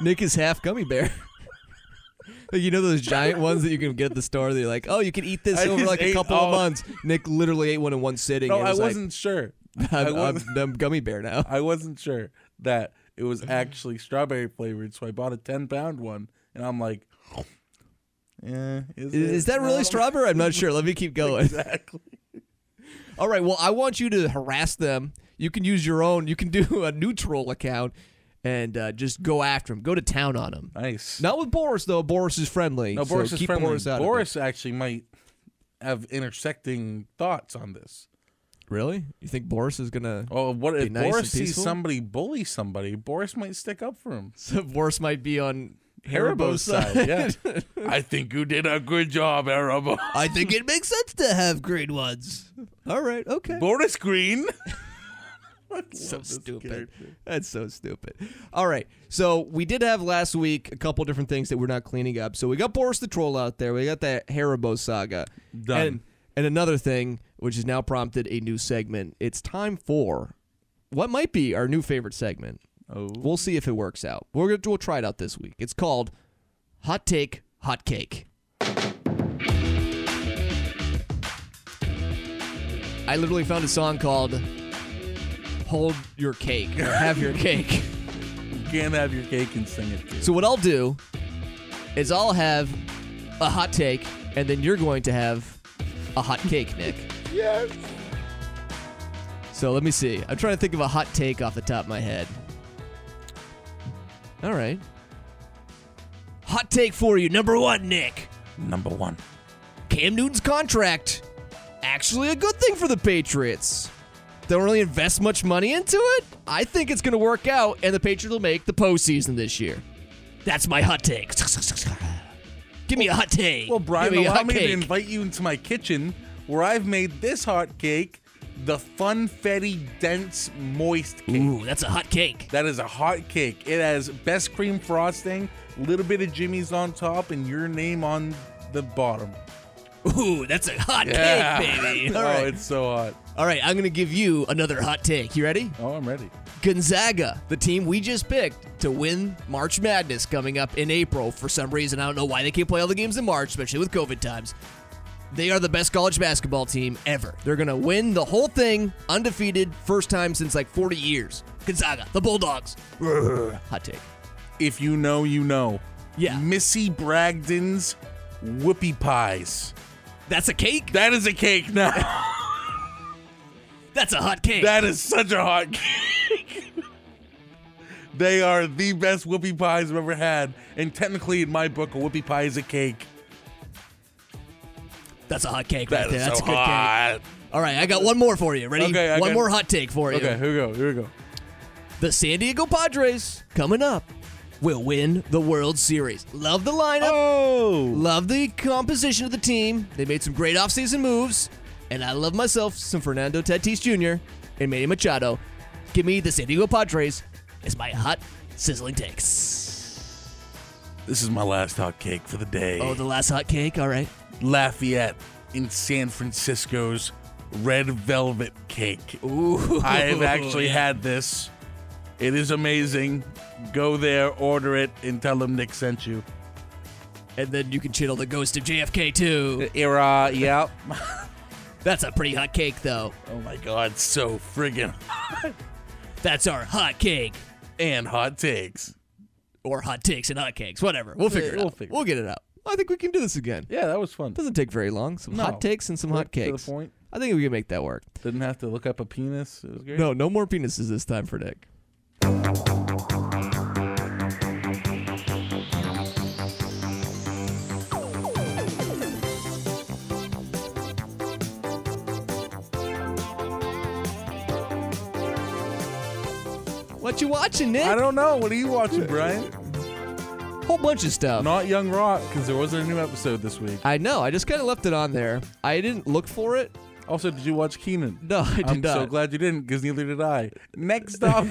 A: Nick is half gummy bear. Like, you know those giant ones that you can get at the store. They're like, oh, you can eat this
B: I
A: over
B: just
A: like a
B: ate
A: couple
B: all-
A: of months. Nick literally ate one in one sitting.
B: no,
A: and
B: I
A: was like,
B: wasn't sure. I
A: I'm, I
B: wasn't-
A: am i am gummy bear now.
B: I wasn't sure that it was actually strawberry flavored, so I bought a ten pound one, and I'm like, yeah, is,
A: Is, is
B: it?
A: that really
B: No."
A: strawberry? I'm not sure. Let me keep going.
B: Exactly.
A: All right. Well, I want you to harass them. You can use your own. You can do a neutral account and uh, just go after them. Go to town on them.
B: Nice.
A: Not with Boris though. Boris is friendly.
B: No,
A: so
B: Boris is
A: keep
B: friendly.
A: Boris
B: Boris,
A: out.
B: actually might have intersecting thoughts on this.
A: of it. Really? You think Boris is gonna?
B: Oh, what
A: Be
B: if
A: nice
B: Boris
A: and
B: sees
A: peaceful?
B: somebody bully somebody? Boris might stick up for him.
A: So Boris might be on
B: Haribo's
A: Haribo's
B: side. Yeah. I think you did a good job, Haribo.
A: I think it makes sense to have green ones. All right. Okay.
B: Boris Green.
A: so stupid. That's so stupid. All right. So we did have last week a couple different things that we're not cleaning up. So we got Boris the Troll out there. We got that Haribo saga.
B: Done.
A: And, and another thing, which has now prompted a new segment. It's time for what might be our new favorite segment.
B: Oh.
A: We'll see if it works out. We're gonna, we'll try it out this week. It's called Hot Take, Hot Cake. I literally found a song called Hold Your Cake or Have Your Cake.
B: You can't have your cake and sing it too.
A: So what I'll do is I'll have a hot take and then you're going to have a hot cake, Nick.
B: Yes.
A: So let me see. I'm trying to think of a hot take off the top of my head. All right. Hot take for you. Number one, Nick.
B: Number one.
A: Cam Newton's contract. Actually, a good thing for the Patriots. Don't really invest much money into it. I think it's going to work out, and the Patriots will make the postseason this year. That's my hot take. Give me a hot take.
B: Well, Brian,
A: Give me a
B: allow
A: hot
B: me to
A: cake.
B: invite you into my kitchen where I've made this hot cake, the funfetti dense moist cake.
A: Ooh, that's a hot cake.
B: That is a hot cake. It has best cream frosting, little bit of Jimmy's on top, and your name on the bottom.
A: Ooh, that's a hot cake, baby. All
B: oh,
A: right.
B: it's so hot.
A: All right, I'm going to give you another hot take. You ready?
B: Oh, I'm ready.
A: Gonzaga, the team we just picked to win March Madness coming up in April for some reason. I don't know why they can't play all the games in March, especially with COVID times. They are the best college basketball team ever. They're going to win the whole thing undefeated, first time since like 40 years. Gonzaga, the Bulldogs. Brr, Hot take.
B: If you know, you know.
A: Yeah.
B: Missy Bragdon's whoopie pies.
A: That's a cake?
B: That is a cake now.
A: That's a hot cake.
B: that is such a hot cake. they are the best whoopie pies I've ever had. And technically, in my book, a whoopie pie is a cake.
A: That's a hot cake right
B: That
A: there.
B: is
A: That's
B: so
A: a good cake.
B: hot.
A: All right, I got one more for you. Ready?
B: Okay, I
A: one
B: got-
A: more hot take for you.
B: Okay, here we go. Here we go.
A: The San Diego Padres coming up will win the World Series. Love the lineup.
B: Oh.
A: Love the composition of the team. They made some great offseason moves. And I love myself some Fernando Tatis Jr. and Manny Machado. Give me the San Diego Padres as my hot, sizzling takes.
B: This is my last hot cake for the day.
A: Oh, the last hot cake. All right.
B: Lafayette in San Francisco's red velvet cake.
A: Ooh.
B: I have actually had this. It is amazing. Go there, order it, and tell them Nick sent you.
A: And then you can channel the ghost of JFK too.
B: Era, yeah.
A: That's a pretty hot cake, though.
B: Oh my god, so friggin'
A: That's our hot cake.
B: and hot takes.
A: or hot takes and hot cakes, whatever. We'll figure
B: Yeah,
A: it
B: we'll
A: out.
B: figure
A: we'll get it out. I think we can do this again.
B: Yeah, that was fun.
A: Doesn't take very long. Some
B: No.
A: hot takes and some hot
B: To
A: cakes.
B: the point.
A: I think we can make that work.
B: Didn't have to look up a penis. It was great.
A: No, no more penises this time for Nick. What you watching, Nick?
B: I don't know. What are you watching, Brian?
A: Whole bunch of stuff.
B: Not Young Rock, because there wasn't a new episode this week.
A: I know. I just kind of left it on there. I didn't look for it.
B: Also, did you watch Keenan?
A: No, I did
B: I'm
A: not.
B: so glad you didn't, because neither did I. Next up,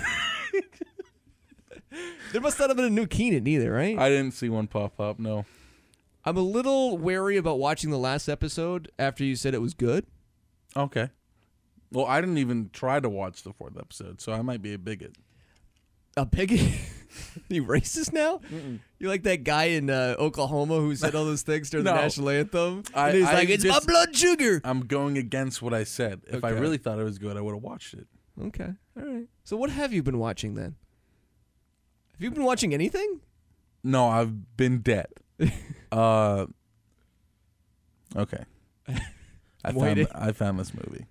A: There must not have been a new Keenan either, right?
B: I didn't see one pop up. No,
A: I, am a little wary about watching the last episode after you said it was good.
B: okay. Well, I didn't even try to watch the fourth episode, so I might be a bigot.
A: A piggy? you racist now? You like that guy in uh, Oklahoma who said all those things during the
B: No.
A: national anthem?
B: I-
A: and he's
B: I
A: like, "It's my
B: just-
A: blood sugar."
B: I'm going against what I said. If I
A: Okay.
B: really thought it was good, I would have watched it.
A: Okay, all right. So, what have you been watching then? Have you been watching anything?
B: No, I've been dead. uh, okay. I found,
A: Waiting.
B: I found this movie.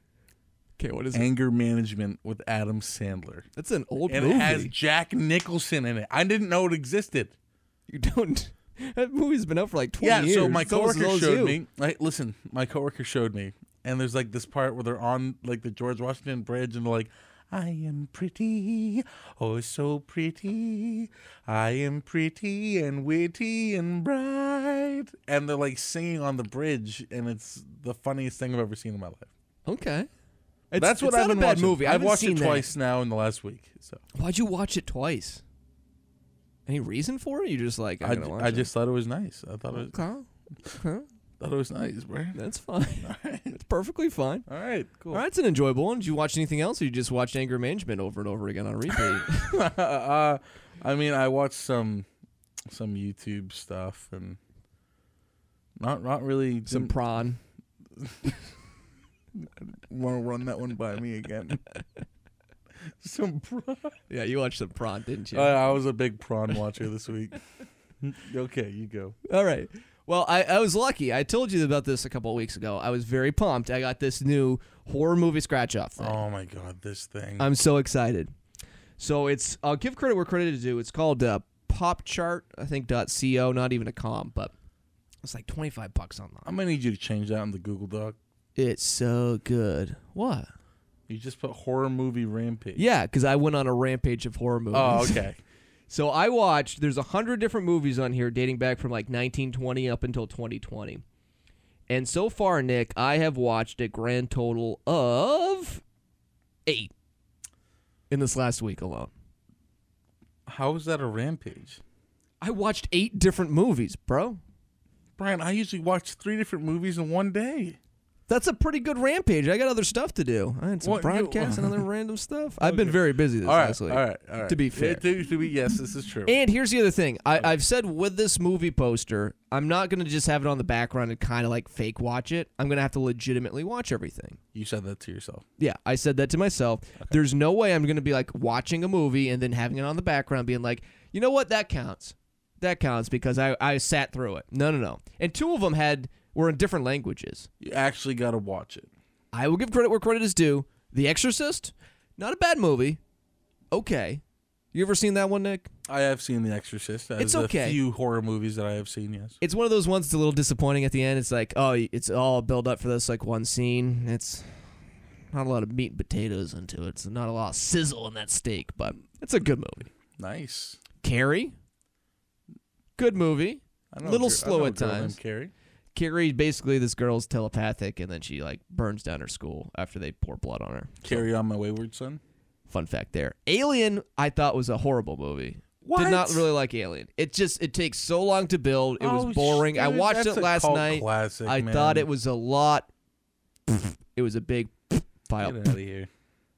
A: Okay, what is it?
B: Anger Management with Adam Sandler.
A: That's an old
B: And
A: movie.
B: it has Jack Nicholson in it. I didn't know it existed.
A: You don't. That movie's been out for like twenty
B: Yeah,
A: years.
B: so my
A: It's almost as
B: coworker
A: old as
B: showed
A: you.
B: me. Like, listen, my coworker showed me, and there's like this part where they're on like the George Washington Bridge, and they're like, "I am pretty, oh so pretty, I am pretty and witty and bright," and they're like singing on the bridge, and it's the funniest thing I've ever seen in my life.
A: Okay, It's-
B: That's what
A: it's not
B: I've been
A: a bad
B: watching.
A: movie. I
B: I've
A: haven't
B: watched
A: seen
B: it
A: that.
B: twice now in the last week. So
A: Why'd you watch it twice? Any reason for it? You just like I'm
B: I,
A: gonna
B: ju-
A: watch
B: I
A: it.
B: just thought it was nice. I thought it was,
A: okay. okay.
B: thought it was nice, bro.
A: That's fine.
B: All right,
A: It's perfectly fine.
B: all right, cool.
A: All right, it's an enjoyable one. Did you watch anything else, or you just watched Anger Management over and over again on repeat?
B: uh, I mean, I watched some some YouTube stuff and not not really
A: Some
B: didn't
A: prawn.
B: want to run that one by me again. some prawn.
A: Yeah, you watched some prawn, didn't you?
B: Uh, I was a big prawn watcher this week. okay, you go.
A: All right. Well, I, I was lucky. I told you about this a couple of weeks ago. I was very pumped. I got this new horror movie scratch off thing.
B: Oh my god, this thing.
A: I'm so excited. So it's I'll give credit where credit is due. It's called uh, Pop Chart, I think .co, not even a com, but it's like 25 bucks online.
B: I'm gonna need you to change that on the Google Doc.
A: It's so good. What?
B: You just put horror movie rampage.
A: Yeah, cuz I went on a rampage of horror movies.
B: Oh, okay.
A: So I watched. There's a hundred different movies on here dating back from like 1920 up until 2020, and so far, Nick, I have watched a grand total of eight in this last week alone.
B: How is that a rampage?
A: I watched eight different movies, bro.
B: Brian, I usually watch three different movies in one day.
A: That's a pretty good rampage. I got other stuff to do. I had some
B: What, you-
A: broadcasts and other random stuff. I've been very busy this
B: All right,
A: last
B: all
A: week.
B: right, all right.
A: To be
B: Yeah,
A: fair.
B: to, to be yes, this is true.
A: And here's the other thing. I, I've said with this movie poster, I'm not going to just have it on the background and kind of like fake watch it. I'm going to have to legitimately watch everything.
B: You said that to yourself.
A: Yeah, I said that to myself. There's no way I'm going to be like watching a movie and then having it on the background being like, you know what? That counts. That counts because I, I sat through it. No, no, no. And two of them had were in different languages.
B: You actually got to watch it.
A: I will give credit where credit is due. The Exorcist, not a bad movie. Okay. You ever seen that one, Nick?
B: I have seen The Exorcist. That
A: It's
B: is a
A: okay.
B: few horror movies that I have seen. Yes.
A: It's one of those ones that's a little disappointing at the end. It's like, oh, it's all built up for this like one scene. It's not a lot of meat and potatoes into it. It's not a lot of sizzle in that steak, but it's a good movie.
B: Nice.
A: Carrie, good movie.
B: I know
A: Little
B: a gir- I
A: slow
B: know a
A: at
B: girl named
A: times.
B: Carrie.
A: Carrie, basically, this girl's telepathic, and then she like burns down her school after they pour blood on her.
B: Carrie on my wayward son.
A: Fun fact there. Alien, I thought was a horrible movie. Did
B: What?
A: not really like Alien. It just it takes so long to build. It
B: Oh,
A: was boring. I
B: dude,
A: watched
B: that's
A: it
B: a
A: last
B: cult
A: night.
B: Classic.
A: I
B: man.
A: thought it was a lot. It was a big
B: Get
A: pile.
B: out of here.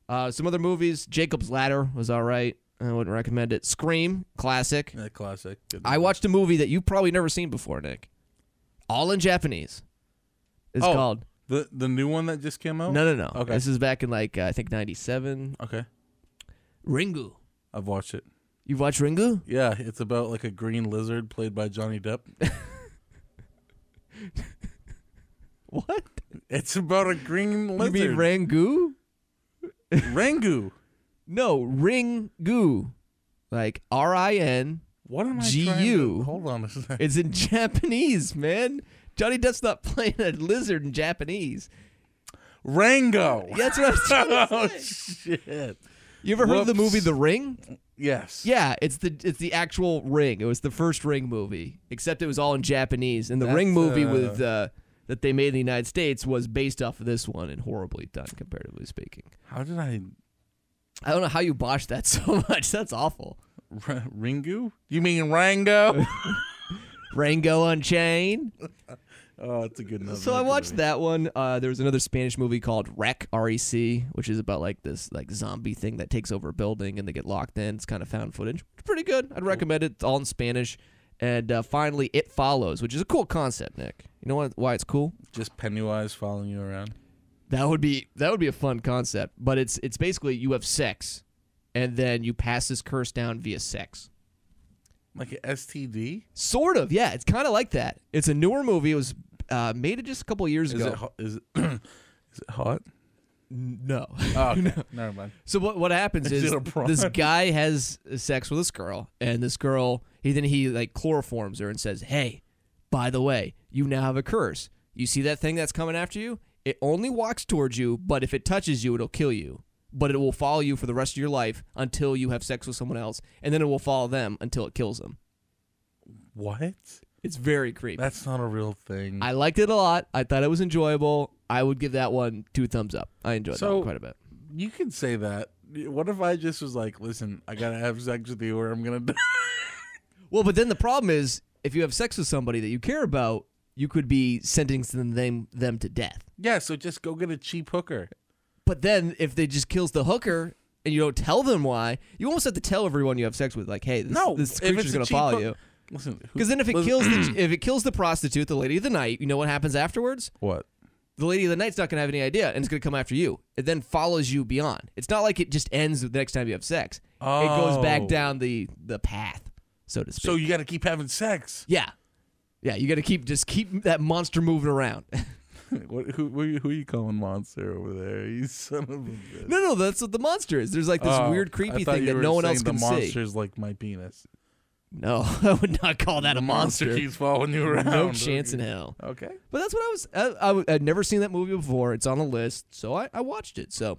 A: Uh, some other movies. Jacob's Ladder was all right. I wouldn't recommend it. Scream, classic.
B: Yeah, classic. Good
A: I
B: movie.
A: watched a movie that you've probably never seen before, Nick. All in Japanese. It's
B: Oh.
A: called.
B: the the new one that just came out.
A: No, no, no.
B: Okay.
A: This is back in like uh, I think '97.
B: Okay.
A: Ringu.
B: I've watched it.
A: You've watched Ringu?
B: Yeah, it's about like a green lizard played by Johnny Depp.
A: What?
B: It's about a green
A: You
B: lizard.
A: mean Rangu?
B: Rangu.
A: No, Ringu. Like R I N.
B: What am I trying
A: G.U..
B: to- Hold on a second.
A: It's in Japanese, man. Johnny Depp's not playing a lizard in Japanese.
B: Rango.
A: That's what I was trying to
B: oh
A: say.
B: shit.
A: You ever heard of the
B: Whoops.
A: movie The Ring?
B: Yes.
A: Yeah, it's the it's the actual Ring. It was the first Ring movie, except it was all in Japanese. And the
B: That's,
A: Ring movie
B: uh,
A: with uh, that they made in the United States was based off of this one and horribly done, comparatively speaking.
B: How did I
A: I don't know how you botched that so much. That's awful.
B: R- Ringu? You mean Rango?
A: Rango Unchained.
B: Oh, it's a good enough.
A: So I watched that one. Uh, there was another Spanish movie called Rec, R-E-C, which is about like this like zombie thing that takes over a building and they get locked in. It's kind of found footage. It's pretty good. I'd recommend it. It's all in Spanish. And uh, finally, It Follows, which is a cool concept, Nick. You know what, why it's cool?
B: Just Pennywise following you around.
A: That would be that would be a fun concept. But it's it's basically you have sex, and then you pass this curse down via sex.
B: Like an STD?
A: Sort of, yeah. It's kind of like that. It's a newer movie. It was uh, made it just a couple years
B: Is
A: ago.
B: it hot? Is it, is it hot?
A: no.
B: Oh, okay. never mind.
A: So what what happens
B: Is
A: is
B: it a prawn?
A: this guy has sex with this girl, and this girl he then he like chloroforms her and says, "Hey, by the way, you now have a curse. You see that thing that's coming after you? It only walks towards you, but if it touches you, it'll kill you. But it will follow you for the rest of your life until you have sex with someone else, and then it will follow them until it kills them.
B: What?
A: It's very creepy.
B: That's not a real thing.
A: I liked it a lot. I thought it was enjoyable. I would give that one two thumbs up. I enjoyed that
B: So-
A: one quite a bit.
B: you can say that. What if I just was like, listen, I gotta have sex with you or I'm gonna die?
A: Well, but then the problem is if you have sex with somebody that you care about, you could be sentencing them them to death.
B: yeah, so just go get a cheap hooker.
A: But then if they just kills the hooker and you don't tell them why, you almost have to tell everyone you have sex with, like, hey, this,
B: No,
A: this
B: if
A: creature's
B: it's a
A: gonna
B: cheap
A: follow
B: hook-
A: you.
B: Listen, who-
A: Because then if it
B: listen-
A: kills the, if it kills the prostitute, the lady of the night, you know what happens afterwards?
B: what?
A: The lady of the night's not gonna have any idea, and it's gonna come after you. It then follows you beyond. It's not like it just ends the next time you have sex. It goes
B: Oh.
A: back down the the path, so to speak.
B: So you gotta keep having sex.
A: Yeah. Yeah, you got to keep just keep that monster moving around.
B: what, who, who, you- who you calling monster over there? You son of a bitch.
A: no, no, that's what the monster is. There's like this
B: Oh,
A: weird
B: I
A: creepy
B: thought
A: thing
B: you
A: that
B: were
A: no one
B: saying
A: else can
B: the
A: see.
B: monster's like my penis.
A: No, I would not call that a monster.
B: keeps following you around.
A: No chance in hell.
B: Okay.
A: But that's what I was. I, I, w- I'd never seen that movie before. It's on the list, so I, I watched it. So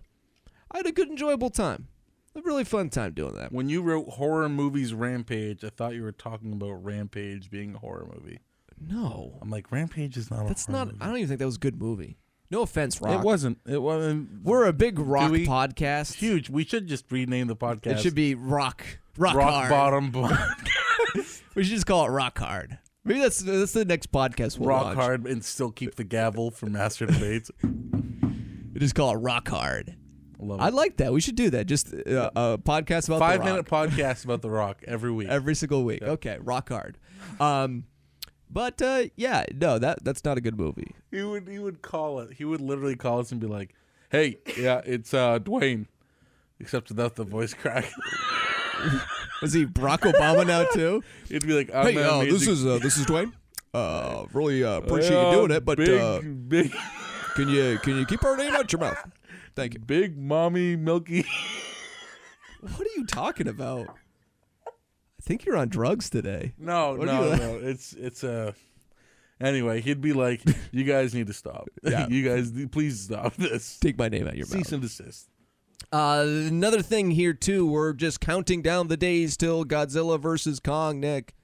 A: I had a good, enjoyable time. A really fun time doing that.
B: When you wrote horror movies Rampage, I thought you were talking about Rampage being a horror movie.
A: No,
B: I'm like, Rampage is not a
A: that's
B: horror
A: not.
B: movie.
A: I don't even think that was a good movie. No offense, Rock.
B: It wasn't. It
A: uh,
B: wasn't.
A: We're a big rock
B: we-
A: podcast.
B: huge. We should just rename the podcast.
A: It should be rock, rock,
B: Rock
A: hard.
B: Bottom Bo-
A: We should just call it Rock Hard. Maybe that's that's the next podcast we'll
B: Rock
A: launch.
B: Hard and still keep the gavel for Master Debates.
A: We just call it Rock Hard.
B: Love it.
A: I like that. We should do that. Just uh, a podcast about
B: Five
A: the
B: minute
A: rock
B: podcast about The Rock every week.
A: every single week. Okay, Rock Hard. Um, but uh, yeah, no, that that's not a good movie.
B: He would he would call it. He would literally call us and be like, "Hey, yeah, it's uh Dwayne." Except without the voice crack,
A: Was he Barack Obama now too?
B: it'd be like, I'm an amazing-
A: uh, this is Dwayne. Uh, really uh,
B: Yeah, big, big,
A: can you can you keep our name out your mouth? Thank you.
B: big mommy Milky."
A: What are you talking about? I think you're on drugs today.
B: No,
A: What do
B: no,
A: you-
B: no. It's it's Uh, anyway, he'd be like, "You guys need to stop.
A: Yeah.
B: you guys, please stop this.
A: Take my name out of your mouth.
B: Cease and desist."
A: Uh, another thing here too, we're just counting down the days till Godzilla versus Kong. Nick,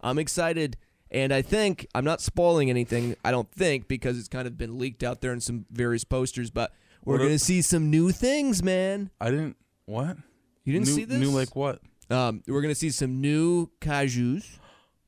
A: I'm excited, and I think I'm not spoiling anything. I don't think because it's kind of been leaked out there in some various posters, but we're
B: What a-
A: gonna see some new things, man.
B: I didn't. What?
A: You didn't
B: new,
A: see this?
B: New like what?
A: um, we're gonna see some new kaiju's,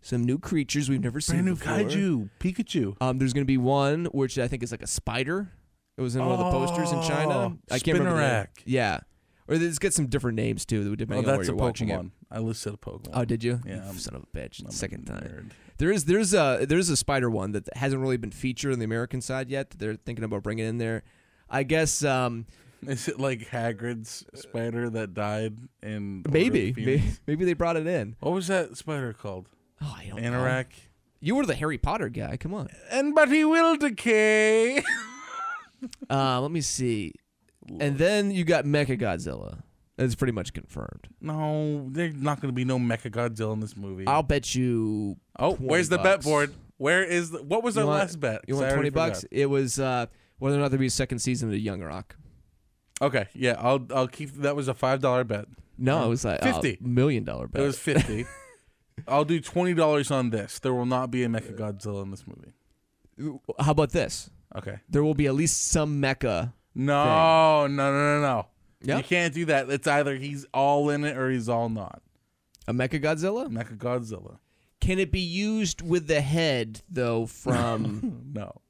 A: some new creatures we've never seen.
B: Brand new
A: before.
B: kaiju Pikachu.
A: Um, there's gonna be one which I think is like a spider. It was in one of the posters in China.
B: Oh,
A: I can't remember. the name.
B: Spinnerack.
A: Yeah. Or they just get some different names too,
B: Oh,
A: depending on where
B: that's a
A: you're watching it.
B: Pokemon. I listed a Pokemon.
A: Oh, did you?
B: Yeah,
A: You
B: I'm-
A: son of a bitch.
B: I'm a
A: Second time.
B: nerd.
A: There is there's a there's a spider one that hasn't really been featured on the American side yet. that They're thinking about bringing in there. I guess um,
B: Oh, Is it like Hagrid's spider that died in Order of
A: maybe
B: Phoenix?
A: maybe, maybe they brought it in.
B: What was that spider called?
A: Oh, I don't know.
B: Anorak.
A: You were the Harry Potter guy. Come on.
B: And but he will decay.
A: Uh, let me see. And then you got Mecha Godzilla. That's pretty much confirmed.
B: no, there's not going to be no Mecha Godzilla in this movie.
A: I'll bet you.
B: oh,
A: 20
B: where's the bet
A: bucks.
B: board? Where is the, what was
A: You
B: our
A: want-
B: last bet?
A: You
B: 'Cause I
A: want twenty
B: already
A: bucks?
B: forgot.
A: It was uh, whether or not there'd be a second season of Young Rock.
B: Okay, yeah, I'll I'll keep that was a five dollar bet.
A: No,
B: Uh,
A: it was like
B: 50.
A: a million dollar bet.
B: It was fifty. I'll do twenty dollars on this. There will not be a Mecha Godzilla in this movie.
A: How about this?
B: Okay.
A: There will be at least some mecha.
B: No, no, no, no, no.
A: Yeah.
B: You can't do that. It's either he's all in it or he's all not.
A: A mecha Godzilla?
B: Mecha Godzilla.
A: Can it be used with the head though? From
B: No,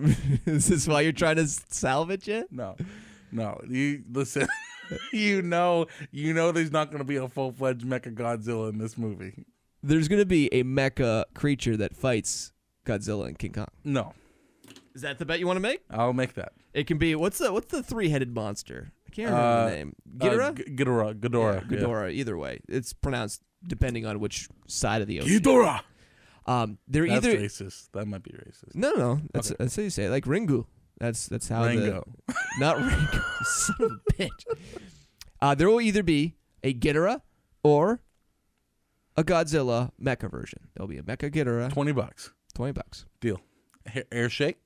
A: is this why you're trying to s- salvage it?
B: no, no. You listen. you know, you know, there's not going to be a full fledged Mecha Godzilla in this movie.
A: There's gonna be a mecha creature that fights Godzilla and King Kong.
B: No,
A: Is that the bet you want to make?
B: I'll make that.
A: It can be what's the what's the three headed monster? I can't remember
B: Uh,
A: the name.
B: Uh,
A: Ghidorah.
B: G- Ghidorah.
A: Yeah,
B: Ghidorah. yeah.
A: Ghidorah. Either way, it's pronounced depending on which side of the ocean.
B: Ghidorah.
A: Um, they're
B: That's
A: either
B: racist. That might be racist.
A: no, no, no. That's
B: Okay.
A: that's how you say it. Like Ringu. That's that's how the-
B: Rango.
A: not Ringo, son of a bitch. Uh, there will either be a Ghidorah or a Godzilla mecha version. There'll be a mecha Ghidorah,
B: Twenty bucks.
A: 20 bucks.
B: Deal. Hair, air shake.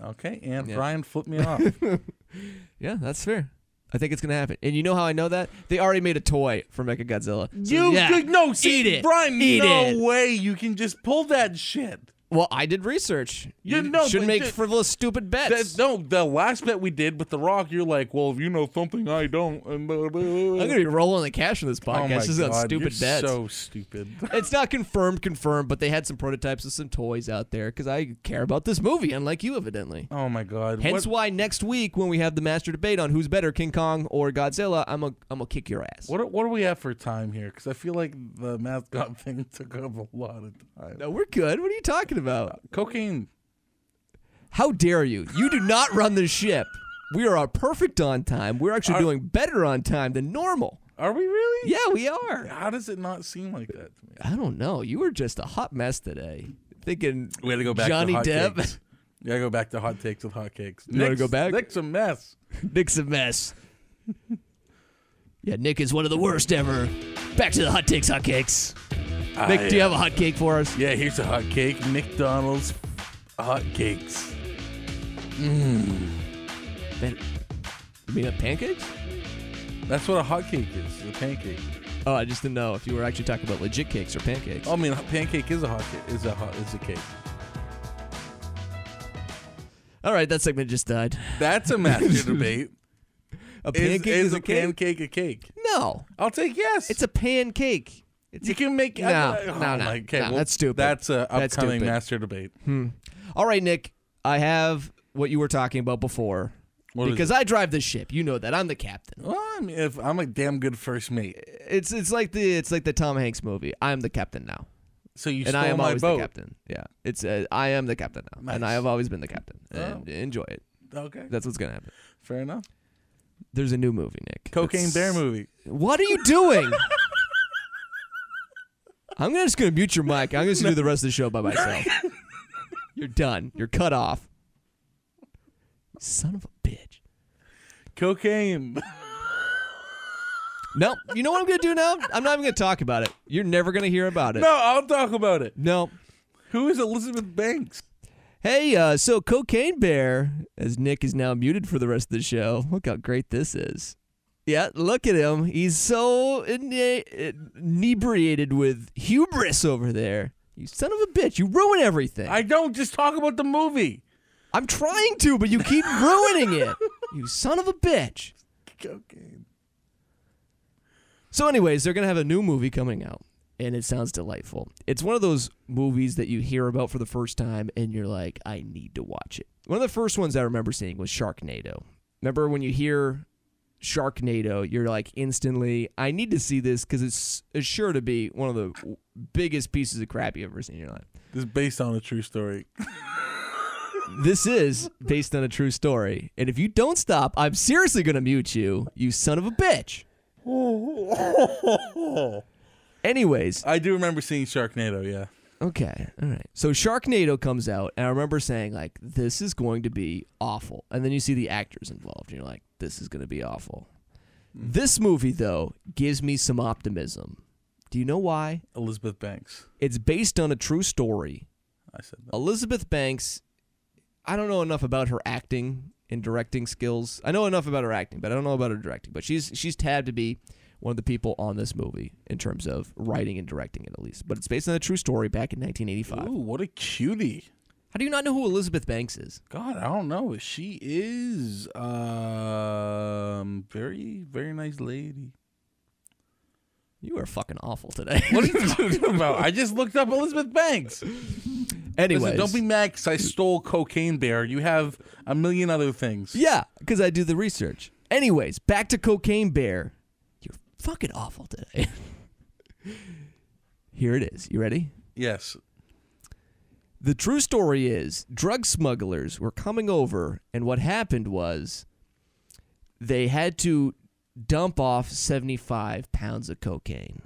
B: Okay, and
A: Yeah.
B: Brian flipped me off.
A: Yeah, that's fair. I think it's going to happen. And you know how I know that? They already made a toy for Mecha Godzilla.
B: you could no see,
A: Eat it.
B: Brian.
A: Eat
B: no
A: it.
B: way you can just pull that shit.
A: Well, I did research.
B: You
A: You
B: know,
A: should
B: but
A: make
B: the-
A: frivolous, stupid bets.
B: That, no, the last bet we did with The Rock, you're like, well, if you know something I don't, and blah, blah, blah.
A: I'm going to be rolling the cash on this
B: oh
A: podcast.
B: my
A: this is
B: God,
A: on stupid
B: you're
A: bets.
B: So stupid.
A: it's not confirmed, confirmed, but they had some prototypes of some toys out there because I care about this movie, unlike you, evidently.
B: Oh my God.
A: Hence
B: what,
A: why next week when we have the master debate on who's better, King Kong or Godzilla, I'm a I'm gonna kick your ass.
B: what, what do we have for time here? Because I feel like the mascot thing took up a lot of time.
A: No, we're good. What are you talking about?
B: Cocaine.
A: How dare you? You do not run the ship. We are perfect on time. We're actually doing better on time than normal.
B: Are we really?
A: Yeah, we are.
B: How does it not seem like that to me?
A: I don't know. You were just a hot mess today. Thinking
B: We gotta go back
A: Johnny
B: to hot
A: Depp.
B: Cakes. You gotta go back to hot takes with hot cakes.
A: You wanna go back?
B: Nick's a mess.
A: Nick's a mess. yeah, Nick is one of the worst ever. Back to the hot takes, hot cakes. Nick, do you have a hot cake for us?
B: Yeah, here's a hot cake. McDonald's hot cakes.
A: Man, you mean uh, pancakes?
B: That's what a hot cake is. A pancake.
A: Oh, I just didn't know if you were actually talking about legit cakes or pancakes.
B: I mean, a pancake is a hot cake. Is a hot is a cake.
A: All right, that segment just died.
B: That's a master debate.
A: A
B: Is,
A: pancake
B: is,
A: is,
B: a,
A: a cake?
B: pancake a cake?
A: no,
B: I'll take yes.
A: it's a pancake. It's
B: you can make
A: No,
B: I-
A: no,
B: oh
A: no,
B: my- okay,
A: no,
B: well,
A: that's stupid.
B: That's a
A: That's
B: upcoming
A: stupid.
B: master debate.
A: all right, Nick. I have what you were talking about before
B: What is
A: because I drive this ship. You know that I'm the captain.
B: Well, I mean, if I'm a damn good first mate,
A: It's it's like the it's like the Tom Hanks movie. I'm the captain now,
B: so you
A: and
B: stole
A: I am
B: my
A: always the
B: boat.
A: captain. Yeah, it's uh, I am the captain now, and I
B: Nice.
A: have always been the captain.
B: Oh.
A: And enjoy it.
B: Okay,
A: That's what's gonna happen.
B: fair enough.
A: There's a new movie, Nick.
B: Cocaine
A: It's-
B: Bear movie.
A: What are you doing? I'm gonna just gonna mute your mic. I'm just gonna do the rest of the show by myself. You're done. You're cut off. Son of a bitch.
B: Cocaine.
A: No, you know what I'm gonna do now? I'm not even gonna talk about it. You're never gonna hear about it.
B: No, I'll talk about it.
A: No.
B: Who is Elizabeth Banks?
A: Hey, uh, so Cocaine Bear, as Nick is now muted for the rest of the show. Look how great this is. Yeah, look at him. He's so ine- inebriated with hubris over there. You son of a bitch. You ruin everything.
B: I don't just talk about the movie.
A: I'm trying to, but you keep ruining it. You son of a bitch.
B: Cocaine.
A: So, anyways, they're going to have a new movie coming out, and it sounds delightful. It's one of those movies that you hear about for the first time, and you're like, I need to watch it. One of the first ones I remember seeing was Sharknado. Remember when you hear Sharknado, you're like instantly, I need to see this because it's, it's sure to be one of the w- biggest pieces of crap you've ever seen in your life.
B: This is based on a true story.
A: This is based on a true story. And if you don't stop, I'm seriously going to mute you, you son of a bitch. Anyways,
B: I do remember seeing Sharknado, yeah.
A: okay, all right. So Sharknado comes out, and I remember saying, like, this is going to be awful. And then you see the actors involved, and you're like, this is going to be awful. This movie, though, gives me some optimism. Do you know why?
B: Elizabeth Banks.
A: It's based on a true story.
B: I said that.
A: Elizabeth Banks, I don't know enough about her acting and directing skills. I know enough about her acting, but I don't know about her directing. But she's she's tabbed to be one of the people on this movie in terms of writing and directing it at least. But it's based on a true story back in 1985.
B: Ooh, what a cutie.
A: How do you not know who Elizabeth Banks is?
B: God, I don't know. She is um very very nice lady.
A: You are fucking awful today.
B: What are you talking about? I just looked up Elizabeth Banks.
A: Anyways,
B: Listen, don't be mad 'cause I stole Cocaine Bear. You have a million other things.
A: Yeah, because I do the research. Anyways, back to Cocaine Bear. You're fucking awful today. Here it is. You ready?
B: Yes.
A: The true story is drug smugglers were coming over, and what happened was they had to dump off 75 pounds of cocaine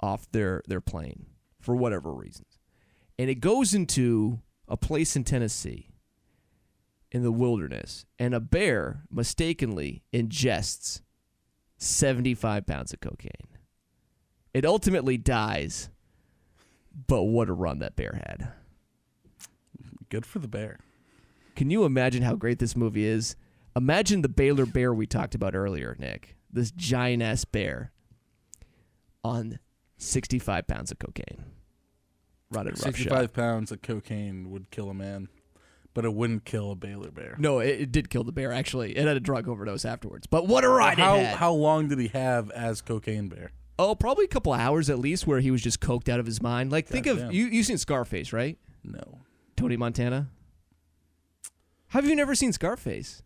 A: off their, their plane for whatever reasons. And it goes into a place in Tennessee in the wilderness, and a bear mistakenly ingests 75 pounds of cocaine. It ultimately dies, but what a run that bear had.
B: Good for the bear.
A: Can you imagine how great this movie is? Imagine the Baylor bear we talked about earlier, Nick. This giant ass bear on 65 pounds of cocaine. Rotted roughshod.
B: 65 pounds of cocaine would kill a man, but it wouldn't kill a Baylor bear.
A: No, it, it did kill the bear, actually. It had a drug overdose afterwards. But what a ride
B: how,
A: it had.
B: how long did he have as cocaine bear?
A: oh, probably a couple hours at least where he was just coked out of his mind. Like, think of,
B: Goddamn.
A: you, you've seen Scarface, right?
B: No.
A: Tony Montana? Have you never seen Scarface?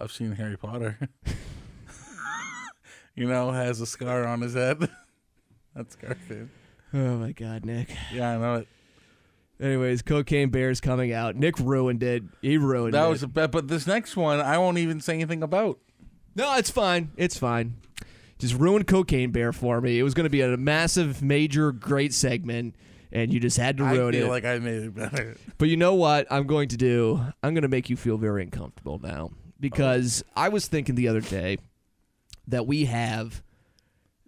B: I've seen Harry Potter. you know, has a scar on his head. That's Garfield.
A: Oh, my God, Nick.
B: Yeah, I know it.
A: Anyways, Cocaine Bear's coming out. Nick ruined it. He ruined
B: That
A: it.
B: was a bet, but this next one I won't even say anything about.
A: No, it's fine. It's fine. Just ruined Cocaine Bear for me. It was going to be a massive, major, great segment, and you just had to
B: I
A: ruin
B: feel
A: it.
B: like I made it better.
A: but you know what? I'm going to do. I'm going to make you feel very uncomfortable now because I was thinking the other day that we have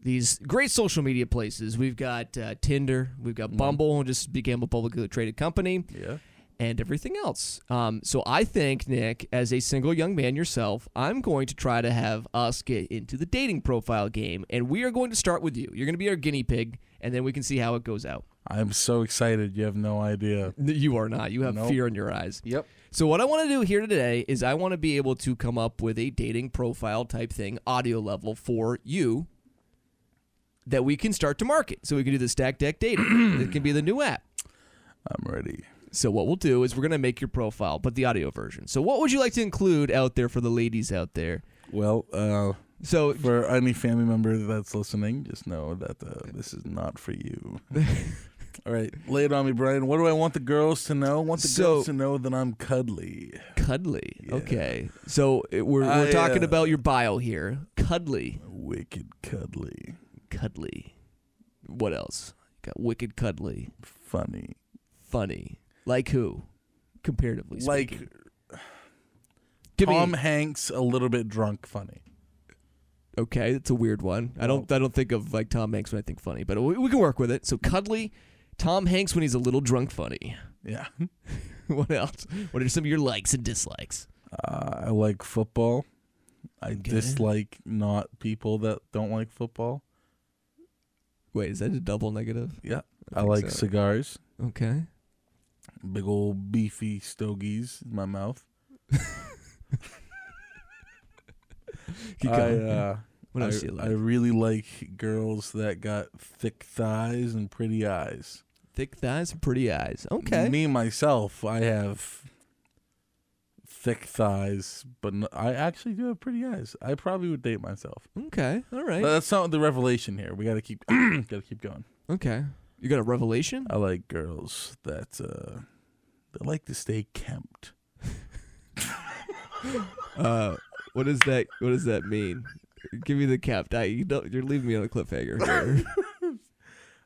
A: these great social media places. We've got uh, Tinder. We've
B: Mm-hmm.
A: got Bumble, who just became a publicly traded company
B: Yeah.
A: and everything else. Um, so I think, Nick, as a single young man yourself, I'm going to try to have us get into the dating profile game, and we are going to start with you. You're going to be our guinea pig, and then we can see how it goes out.
B: I'm so excited. You have no idea.
A: N- You are not. You have
B: Nope.
A: fear in your eyes.
B: Yep.
A: So what I want to do here today is I want to be able to come up with a dating profile type thing, audio level for you that we can start to market. So we can do the Stack Deck dating. it can be the new app.
B: I'm ready.
A: So what we'll do is we're gonna make your profile, but the audio version. So what would you like to include out there for the ladies out there?
B: Well, uh,
A: So
B: for any family member that's listening, just know that uh, this is not for you. All right, lay it on me, Brian. What do I want the girls to know? I want the
A: So-
B: girls to know that I'm cuddly.
A: cuddly. Okay. So it- we're, we're
B: I,
A: talking
B: uh,
A: about your bio here. Cuddly,
B: Wicked cuddly.
A: cuddly. What else? Got wicked cuddly,
B: Funny.
A: funny. Like who? Comparatively
B: Like
A: speaking. Give me-
B: Tom Hanks a little bit drunk funny.
A: Okay, that's a weird one. I don't I don't think of like Tom Hanks when I think funny, but we, we can work with it. So cuddly, Tom Hanks when he's a little drunk funny.
B: Yeah.
A: what else? What are some of your likes and dislikes?
B: Uh, I like football. I dislike not people that don't like football.
A: Wait, is that a double negative?
B: Yeah. I,
A: think
B: like
A: so.
B: cigars.
A: Okay.
B: Big old beefy stogies in my mouth.
A: Keep
B: I,
A: going.
B: uh,
A: what else do
B: I,
A: you
B: I
A: like?
B: really like girls that got thick thighs and pretty eyes.
A: Thick thighs and pretty eyes. Okay.
B: Me myself, I have thick thighs, but n I I actually do have pretty eyes. I probably would date myself.
A: okay. All right.
B: But that's not the revelation here. We got to keep got to keep going.
A: okay. You got a revelation?
B: I like girls that uh that like to stay kempt.
A: Uh, what does that What does that mean? Give me the cap. I, you don't, you're leaving me on a cliffhanger. Here.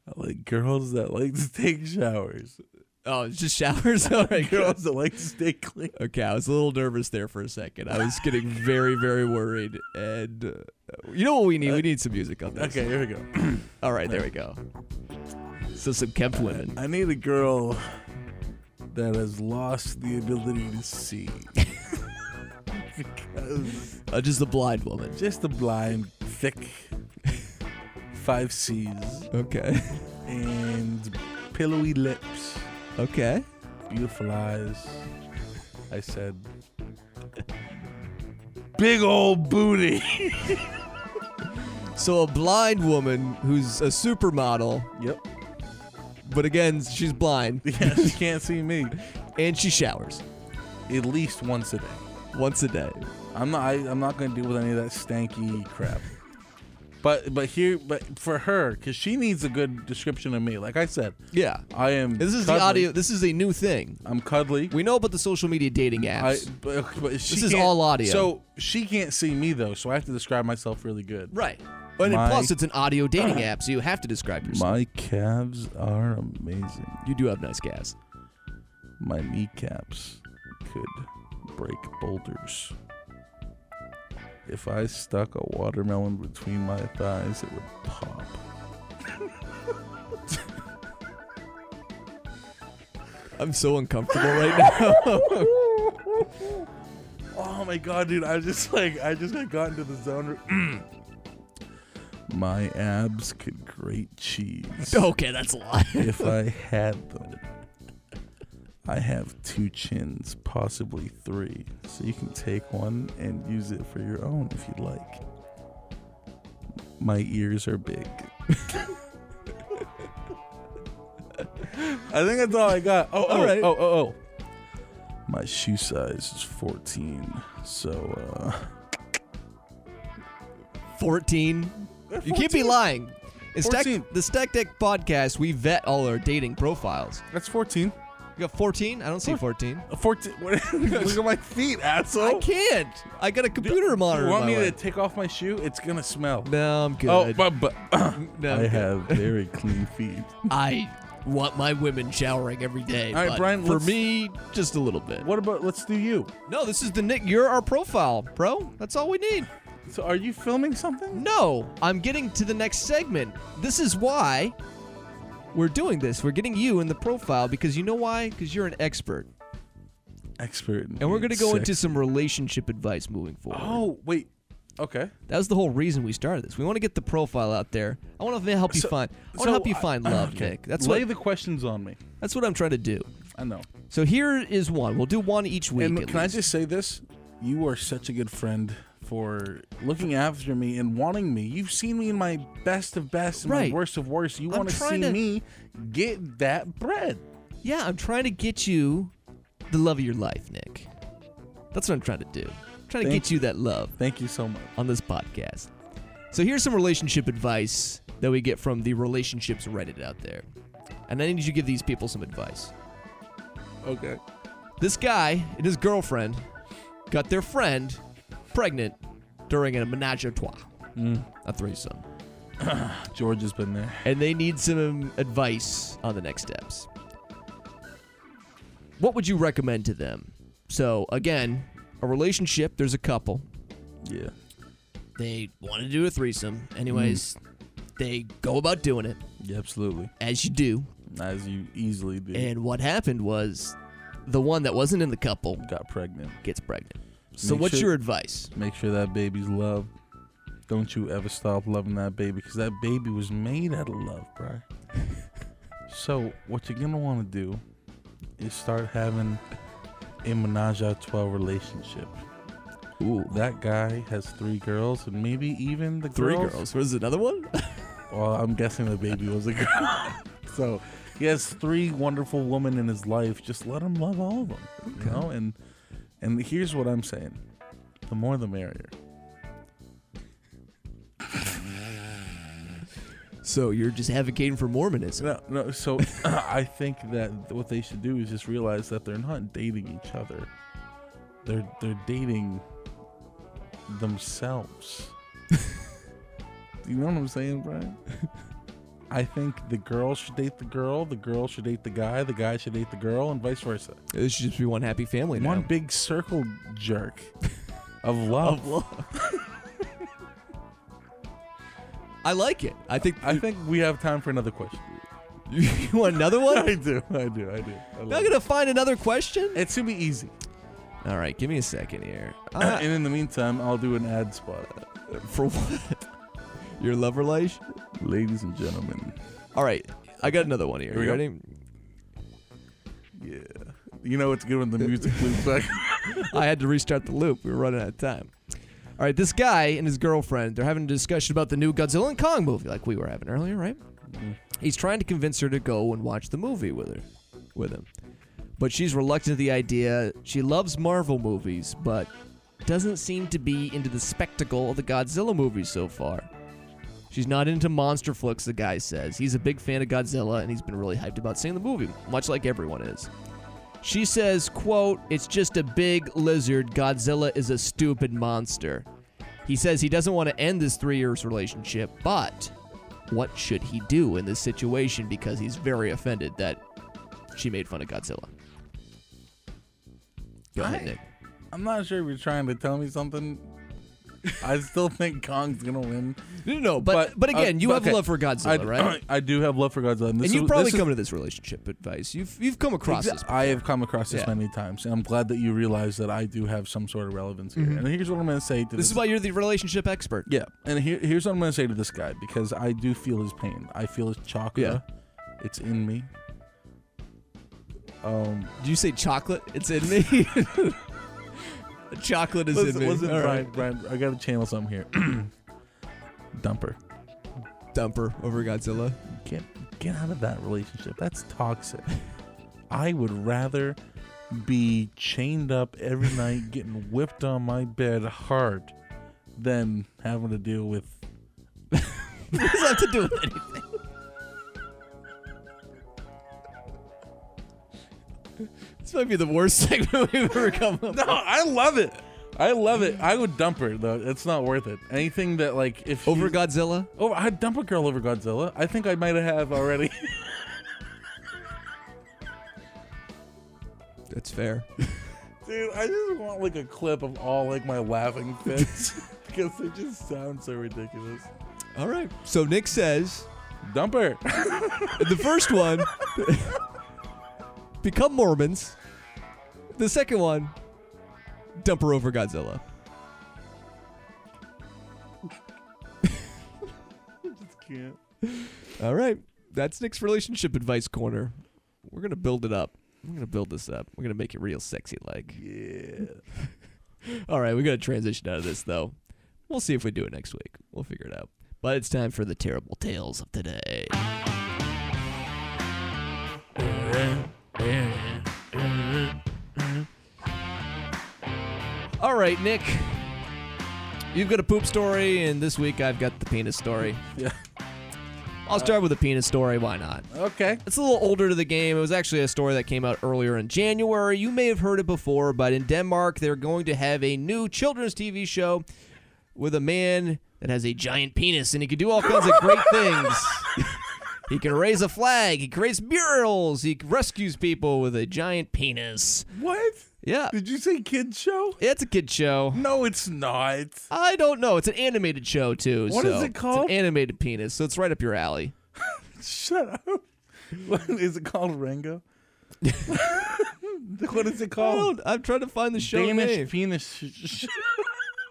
B: I like girls that like to take showers.
A: oh, it's just showers. All right, girls.
B: Girls that like to stay clean.
A: Okay, I was a little nervous there for a second. I was getting very, very worried. And uh, you know what we need? We need some music on this.
B: Okay, here we go.
A: All right, there we go. So some kept women.
B: I need a girl that has lost the ability to see. because
A: Uh, just a blind woman.
B: just a blind, thick, five C's,
A: Okay.
B: and pillowy lips,
A: Okay.
B: beautiful eyes. I said, big old booty.
A: So a blind woman who's a supermodel,
B: Yep.
A: but again she's blind,
B: Yeah, she can't see me.
A: and she showers
B: At least once a day.
A: once a day.
B: I'm not. I, I'm not going to deal with any of that stanky crap. But but here, but for her, because she needs a good description of me. Like I said,
A: Yeah.
B: I am.
A: This is the
B: cuddly.
A: audio. This is a new thing.
B: I'm cuddly.
A: We know about the social media dating
B: I,
A: apps.
B: but, but she
A: This is
B: can't-
A: all audio.
B: So she can't see me though, so I have to describe myself really good.
A: right. And
B: My-
A: plus, it's an audio dating app, so you have to describe yourself.
B: My calves are amazing.
A: you do have nice gas.
B: My kneecaps could break boulders. If I stuck a watermelon between my thighs, it would pop.
A: I'm so uncomfortable right now.
B: Oh my god, dude! I just like I just got got into the zone. my abs could grate cheese.
A: okay, that's a lot.
B: if I had them. I have two chins, possibly three. So you can take one and use it for your own if you'd like. My ears are big. I think that's all I got. Oh,
A: All
B: oh,
A: right.
B: oh, oh, oh. My shoe size is 14. So, uh,
A: 14. You can't be
B: 14.
A: lying. In Stack,
B: 14.
A: the Stack Deck podcast, we vet all our dating profiles.
B: that's 14.
A: You got 14? I don't see 14.
B: 14. Look at my feet, asshole.
A: I can't. I got a computer monitor.
B: Oh.
A: in
B: You want
A: my
B: me
A: way.
B: to take off my shoe? It's gonna smell.
A: No, I'm good.
B: Oh, but, but
A: no, I'm
B: I
A: good.
B: have very clean feet.
A: I want my women showering every day.
B: All right,
A: but
B: Brian,
A: For
B: let's-
A: me, just a little bit.
B: What about let's do you?
A: No, this is the Nick. You're our profile, bro. That's all we need.
B: So are you filming something?
A: No, I'm getting to the next segment. This is why we're doing this. We're getting you in the profile because you know why? Because you're an expert.
B: Expert. in
A: And we're going to go
B: sex.
A: into some relationship advice moving forward.
B: Oh wait. Okay.
A: That was the whole reason we started this. We want to get the profile out there. I want to help you
B: So-
A: find. I want to help you find love,
B: okay.
A: Nick. That's
B: lay
A: what,
B: the questions on me.
A: that's what I'm trying to do.
B: I know.
A: So here is one. We'll do one each week.
B: And
A: at
B: can I
A: least.
B: just say this? You are such a good friend for looking after me and wanting me. You've seen me in my best of best and
A: Right.
B: my worst of worst. You
A: I'm
B: want to see
A: trying to-
B: me get that bread.
A: Yeah, I'm trying to get you the love of your life, Nick. That's what I'm trying to do. I'm trying to
B: Thank
A: get you that love
B: Thank you so much.
A: on this podcast. So here's some relationship advice that we get from the relationships Reddit out there. And I need you to give these people some advice.
B: Okay.
A: This guy and his girlfriend got their friend pregnant during a menage a trois, a threesome.
B: Mm. George has been there.
A: and they need some advice on the next steps. What would you recommend to them? So, again, a relationship, there's a couple.
B: Yeah.
A: They want to do a threesome. Anyways, they go about doing it,
B: Yeah, absolutely.
A: as you do.
B: As you easily do.
A: And what happened was the one that wasn't in the couple
B: got pregnant.
A: gets pregnant. So,
B: Make
A: what's
B: sure-
A: your advice?
B: Make sure that baby's loved. Don't you ever stop loving that baby because that baby was made out of love, bro. so, what you're going to want to do is start having a menage a trois relationship.
A: Ooh,
B: That guy has three girls and maybe even the
A: three
B: girls.
A: girls. Was it another one?
B: Well, I'm guessing the baby was a girl. so he has three wonderful women in his life. Just let him love all of them, you know. And and here's what I'm saying: the more, the merrier.
A: so, you're just advocating for Mormonism.
B: No, no. So I think that what they should do is just realize that they're not dating each other. They're they're dating themselves. you know what I'm saying, Brian? I think the girl should date the girl, the girl should date the guy, the guy should date the girl, and vice versa.
A: It should just be one happy family now.
B: One big circle jerk of love.
A: I like it. I think
B: I think we have time for another question.
A: You want another one?
B: I do, I do, I do. I
A: Not
B: love it.
A: gonna find another question.
B: It should be easy.
A: All right, give me a second here. Uh,
B: and in the meantime, I'll do an ad spot.
A: for what? Your lover life?
B: Ladies and gentlemen.
A: All right, I got another one here.
B: Here we
A: you
B: go.
A: ready?
B: Yeah. You know it's good when the music loops back.
A: I had to restart the loop. We were running out of time. All right, this guy and his girlfriend, they're having a discussion about the new Godzilla and Kong movie, like we were having earlier, right? He's trying to convince her to go and watch the movie with her, with him. But she's reluctant to the idea. She loves Marvel movies, but doesn't seem to be into the spectacle of the Godzilla movies so far. She's not into monster flicks, the guy says. He's a big fan of Godzilla and he's been really hyped about seeing the movie, much like everyone is. She says, quote, it's just a big lizard. Godzilla is a stupid monster. He says he doesn't want to end this three years relationship, but what should he do in this situation because he's very offended that she made fun of Godzilla. Go ahead,
B: I-
A: Nick.
B: I'm not sure if you're trying to tell me something. I still think Kong's gonna win.
A: No, no, no, but but,
B: uh,
A: again, you
B: but
A: have
B: okay.
A: love for Godzilla,
B: I,
A: right?
B: I do have love for Godzilla. And,
A: and
B: this is-
A: you've probably
B: this is-
A: come to this relationship advice. You've you've come across
B: Exa-
A: this.
B: I have come across this
A: Yeah.
B: many times, and I'm glad that you realize that I do have some sort of relevance here. And here's what I'm going to say to this.
A: Mm-hmm. This is why you're the relationship expert.
B: yeah, and here, here's what I'm going to say to this guy because I do feel his pain. I feel his chakra. It's in me. Um,
A: Do you say chocolate? It's in me. chocolate is in
B: listen,
A: me.
B: listen,
A: All
B: Brian, Brian, I got to channel something here. Dumper,
A: Dumper over Godzilla.
B: get get out of that relationship. That's toxic. I would rather be chained up every night, getting whipped on my bed hard, than having to deal with
A: What does that have to do with anything? This might be the worst segment we've ever come up.
B: No, I love it. I love it. I would dump her though. It's not worth it. Anything that like if
A: Over
B: she's-
A: Godzilla?
B: oh, I'd dump a girl over Godzilla. I think I might have already.
A: That's fair.
B: Dude, I just want like a clip of all like my laughing fits because they just sound so ridiculous.
A: All right. So Nick says
B: Dump her.
A: the first one become Mormons. The second one dump her over Godzilla.
B: just can't.
A: All right. That's Nick's relationship advice corner. We're going to build it up. We're going to build this up. We're going to make it real sexy like.
B: Yeah.
A: All right, we got to transition out of this though. We'll see if we do it next week. We'll figure it out. But it's time for the terrible tales of today. All right, Nick. You've got a poop story, and this week I've got the penis story.
B: Yeah.
A: I'll start with a penis story. Why not?
B: Okay.
A: It's a little older to the game. It was actually a story that came out earlier in January. You may have heard it before, but in Denmark, they're going to have a new children's TV show with a man that has a giant penis and he can do all kinds of great things. he can raise a flag, he creates murals, he rescues people with a giant penis.
B: What?
A: Yeah,
B: Did you say kid show?
A: it's a kid show.
B: No, it's not.
A: I don't know. It's an animated show too.
B: What
A: so
B: is it called?
A: It's an animated penis, so it's right up your alley.
B: Shut up. What, is it called Rango? Oh, what is it
A: I
B: called?
A: don't- I'm trying to find the show
B: Danish
A: name.
B: penis. sh- sh-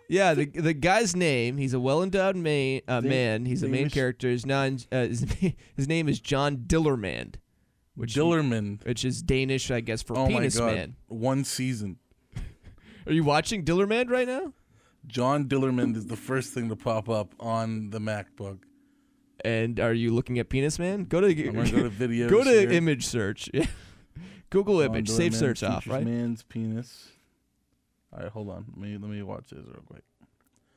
A: Yeah, the the guy's name. He's a well endowed man. Uh,
B: Dam-
A: man. He's a main
B: Danish-
A: character. His, non, uh, his, his name is John Dillermand, which
B: Dillerman.
A: which is Danish, I guess, for
B: Oh my
A: penis
B: god.
A: man.
B: One season.
A: Are you watching Dillermand right now?
B: John Dillerman is the first thing to pop up on the MacBook.
A: And are you looking at penis man? Go to
B: I'm gonna go to videos.
A: go to
B: here.
A: image search. Google
B: John
A: image. Save
B: Dillerman
A: search off,
B: features
A: right?
B: Man's penis. All right, hold on. Let me let me watch this real quick.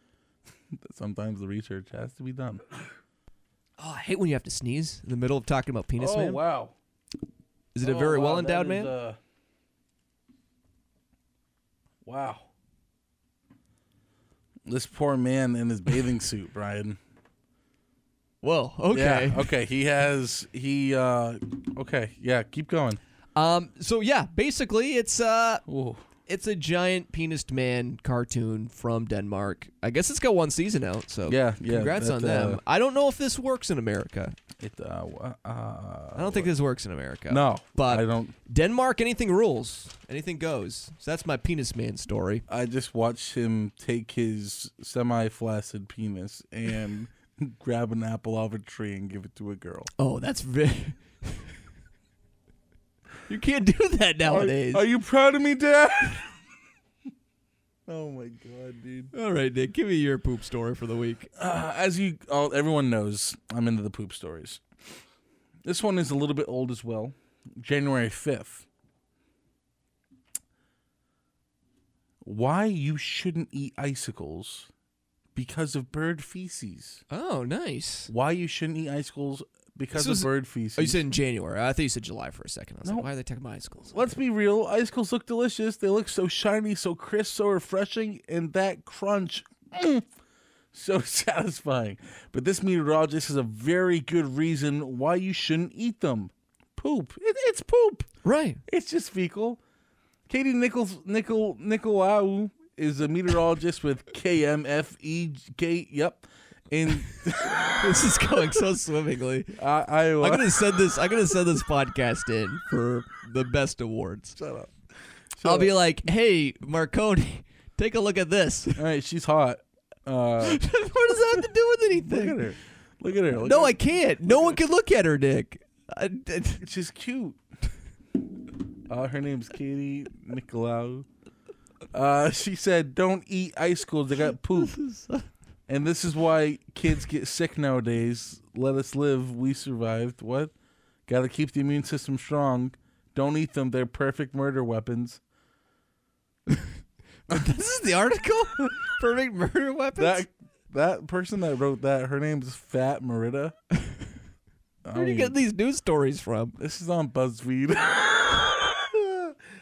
B: Sometimes the research has to be done.
A: Oh, I hate when you have to sneeze in the middle of talking about penis
B: oh
A: man.
B: wow!
A: Is it a
B: Oh,
A: very
B: wow,
A: well endowed
B: that is,
A: man?
B: uh, wow. This poor man in his bathing suit, Brian.
A: Whoa. Okay.
B: Yeah, okay. He has he uh okay, yeah, keep going.
A: Um. So yeah, basically, it's uh.
B: Ooh.
A: It's a giant penised man cartoon from Denmark. I guess it's got one season out, so
B: Yeah, yeah.
A: congrats
B: that,
A: on them.
B: uh,
A: I don't know if this works in America.
B: It uh, wha- uh
A: I don't think this works in America.
B: No.
A: but-
B: I don't
A: Denmark, anything rules, anything goes. So that's my penis man story.
B: I just watched him take his semi flaccid penis and grab an apple off a tree and give it to a girl.
A: Oh, that's very. you can't do that
B: Are,
A: nowadays.
B: are you proud of me, Dad? Oh my god, dude.
A: All right, Nick, give me your poop story for the week.
B: Uh, as you all, everyone knows, I'm into the poop stories. This one is a little bit old as well. January 5th. Why you shouldn't eat icicles because of bird feces.
A: Oh, nice.
B: Why you shouldn't eat icicles because
A: This was-
B: of bird feces.
A: Oh, you said in January. I thought you said July for a second. I was
B: No.
A: like, why are they talking about icicles?
B: Let's be real. Icicles look delicious. They look so shiny, so crisp, so refreshing, and that crunch, mm, so satisfying. But this meteorologist has a very good reason why you shouldn't eat them. Poop. It, it's poop.
A: Right.
B: It's just fecal. Katie Nichols Nickel Nicolau is a meteorologist with KMFEK. E Yep. In
A: This is going so swimmingly.
B: I, Iowa.
A: I'm gonna send this. I'm gonna send this podcast in for the best awards.
B: shut up.
A: I'll be like, hey, Marconi, take a look at this. what
B: All right, she's hot. Uh,
A: does that have to do with
B: look at
A: anything?
B: her. Look at her. Look
A: No,
B: at
A: I can't. No one can look at her, Nick. I, I-
B: She's cute. Uh, her name's Katie Nicolau. Uh, she said, "Don't eat icicles; they got poop." And this is why kids get sick nowadays. Let us live; we survived. What? Got to keep the immune system strong. Don't eat them; they're perfect murder weapons.
A: this is the article. Perfect murder weapons.
B: That that person that wrote that, her name's Fat Merida. I
A: Where do you
B: mean,
A: get these news stories from?
B: This is on BuzzFeed.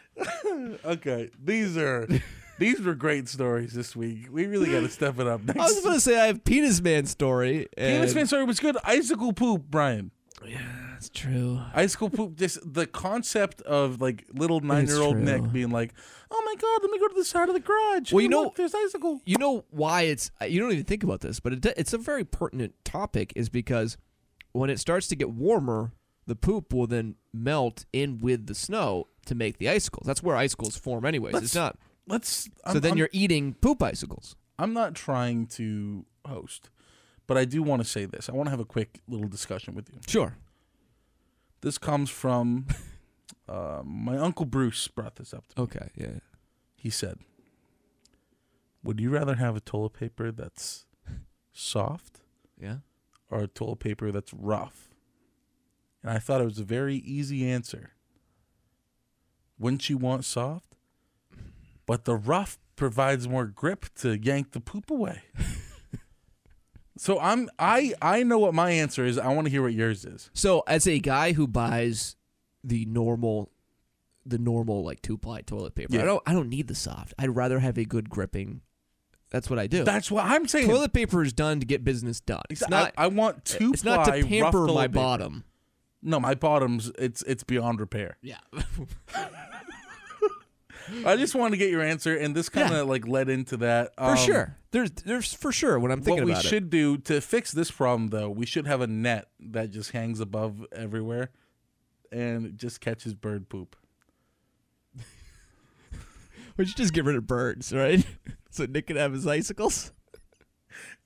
B: okay, these are these were great stories this week. We really got to step it up next.
A: I was gonna say I have penis man story. And
B: Penis man story was good. Icicle poop, Brian.
A: That's true.
B: Icicle poop. Just the concept of like little nine year old
A: true.
B: Nick being like, "Oh my god, let me go to the side of the garage."
A: Well, you
B: Hey,
A: know-
B: look, there's icicle.
A: you know why it's uh, you don't even think about this, but it, it's a very pertinent topic is because when it starts to get warmer, the poop will then melt in with the snow to make the icicles. That's where icicles form, anyways.
B: Let's-
A: it's not
B: Let's.
A: so
B: I'm,
A: then
B: I'm-
A: you're eating poop icicles.
B: I'm not trying to host, but I do want to say this. I want to have a quick little discussion with you.
A: Sure.
B: This comes from uh, my uncle Bruce brought this up to me.
A: Okay. Yeah.
B: He said, "Would you rather have a toilet paper that's soft
A: Yeah.
B: or a toilet paper that's rough?" And I thought it was a very easy answer. Wouldn't you want soft? But the rough provides more grip to yank the poop away. so I'm I I know what my answer is. I want to hear what yours is.
A: So as a guy who buys the normal, the normal like two ply toilet paper,
B: Yeah.
A: I don't I don't need the soft. I'd rather have a good gripping. That's what I do.
B: That's what I'm saying.
A: toilet paper is done to get business done. It's
B: I-
A: not.
B: I, want two
A: it's not
B: ply
A: to
B: rough
A: pamper
B: toilet
A: my
B: paper.
A: bottom.
B: No, my bottom's it's it's beyond repair.
A: Yeah.
B: I just wanted to get your answer, and this kind of
A: Yeah.
B: like led into that. um,
A: for sure. Um, There's there's for sure when I'm
B: What
A: thinking
B: we
A: about it.
B: should do to fix this problem, though, we should have a net that just hangs above everywhere, and it just catches bird poop.
A: We should just get rid of birds, right? so Nick can have his icicles.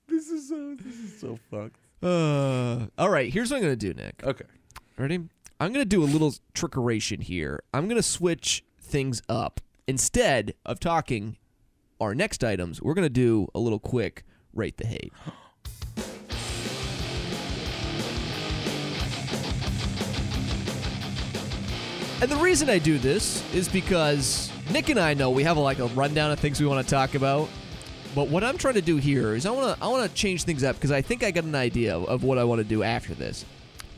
B: This is so this is so fucked.
A: Uh, all right, here's what I'm gonna do, Nick.
B: Okay,
A: Ready? I'm gonna do a little trickeration here. I'm gonna switch things up. Instead of talking our next items, we're gonna do a little quick rate the hate. And the reason I do this is because Nick and I know we have like a rundown of things we want to talk about. But what I'm trying to do here is I want to I want to change things up because I think I got an idea of- of what I want to do after this.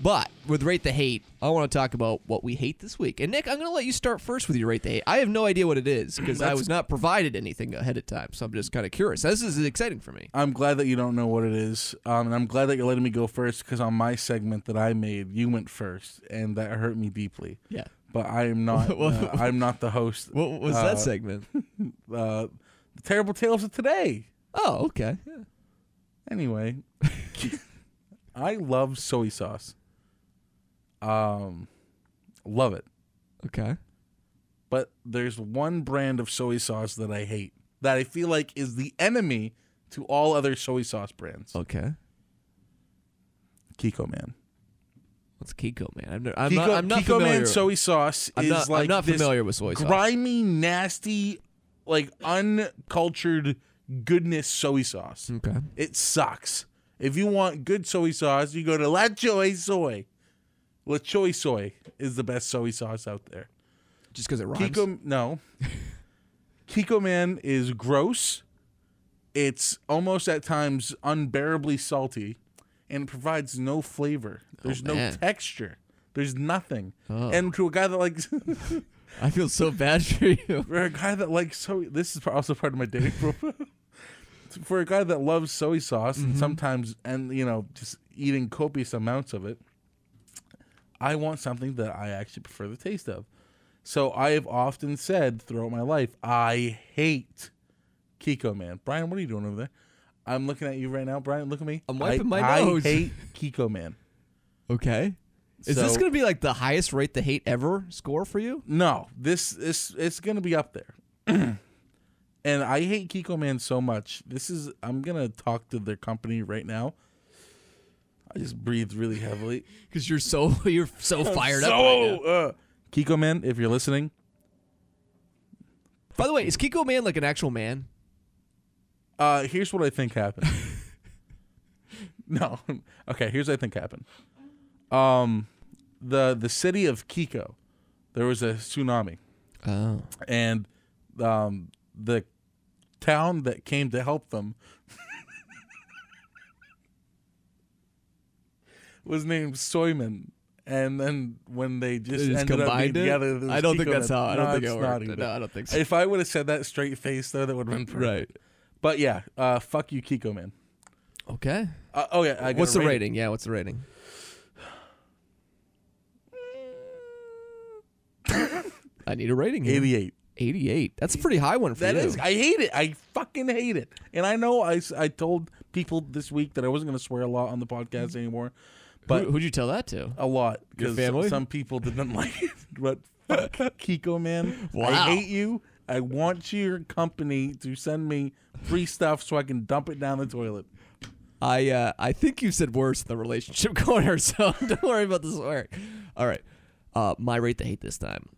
A: But with rate the hate, I want to talk about what we hate this week. And Nick, I'm going to let you start first with your rate the hate. I have no idea what it is because I
B: That's-
A: was not provided anything ahead of time, so I'm just kind of curious. This is exciting for me.
B: I'm glad that you don't know what it is, um, and I'm glad that you're letting me go first because on my segment that I made, you went first, and that hurt me deeply.
A: Yeah.
B: But I am not.
A: Well-
B: uh, I'm not the host.
A: What was
B: Uh,
A: that segment?
B: uh, the terrible tales of today.
A: Oh, okay. Yeah.
B: Anyway, I love soy sauce. Um, love it.
A: Okay.
B: But there's one brand of soy sauce that I hate that I feel like is the enemy to all other soy sauce brands.
A: Okay.
B: Oh, Kiko Man.
A: What's Kiko Man? I'm, no- I'm
B: Kiko,
A: not, I'm not
B: Kiko
A: familiar.
B: Man soy sauce
A: I'm
B: is
A: not,
B: like
A: I'm not
B: this
A: familiar with soy sauce.
B: grimy, nasty, like uncultured goodness soy sauce.
A: Okay.
B: It sucks. If you want good soy sauce, you go to La Choy Soy. La Choy Soy is the best soy sauce out there.
A: Just because it rhymes.
B: Kiko, no. Kiko Man is gross. It's almost at times unbearably salty, and it provides no flavor. There's no
A: man.
B: texture. There's nothing. And to a guy that likes,
A: I feel so bad for you.
B: for a guy that likes so, this is also part of my dating profile. for a guy that loves soy sauce
A: Mm-hmm.
B: and sometimes, and you know, just eating copious amounts of it, I want something that I actually prefer the taste of. So I have often said throughout my life, I hate Kiko Man. Brian, what are you doing over there? I'm looking at you right now, Brian. Look at me.
A: I'm wiping
B: I,
A: my
B: I
A: nose.
B: hate Kiko Man.
A: Okay. Is this
B: So-
A: gonna be like the highest rate the hate ever score for you?
B: No, this this it's gonna be up there. and I hate Kiko Man so much. This is I'm gonna talk to their company right now. I just breathed really heavily.
A: Because you're so you're so fired up. right now.
B: so uh, Kiko Man, if you're listening,
A: By the way, is Kiko Man like an actual man?
B: uh, here's what I think happened. no, okay. Here's what I think happened. Um, the the city of Kiko, there was a tsunami.
A: Oh.
B: and um, the town that came to help them was named Soyman. And then when they just,
A: They just
B: ended up being
A: combined it?
B: together, there
A: I
B: was
A: don't think
B: Kiko
A: that's
B: and-
A: how- I
B: No,
A: don't think
B: it's
A: it
B: not
A: worked.
B: either.
A: No, I don't think so.
B: If I would have said that straight face, though, that would have been perfect.
A: Right.
B: But yeah, uh, fuck you, Kiko man.
A: Okay.
B: Uh, oh yeah, I got
A: what's
B: a
A: the rating? Yeah, what's the rating? I need a rating. Here.
B: Eighty-eight.
A: 88. That's a pretty high one for
B: That
A: you.
B: is, I hate it. I fucking hate it. And I know I, s- I told people this week that I wasn't going to swear a lot on the podcast anymore, but
A: Mm-hmm. Who, who'd you tell that to?
B: a lot because
A: family?
B: some people didn't like it. But fuck Kiko, man,
A: Wow.
B: I hate you. I want your company to send me free stuff so I can dump it down the toilet.
A: I uh, I think you said worse than the relationship corner, so don't worry about this work. All right. Uh, my rate to hate this time.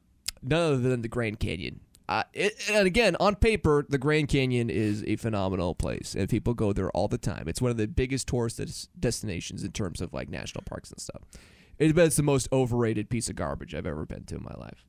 A: None other than the Grand Canyon. Uh, it, and again, on paper, the Grand Canyon is a phenomenal place, and people go there all the time. It's one of the biggest tourist des- destinations in terms of like national parks and stuff. It, but it's the most overrated piece of garbage I've ever been to in my life.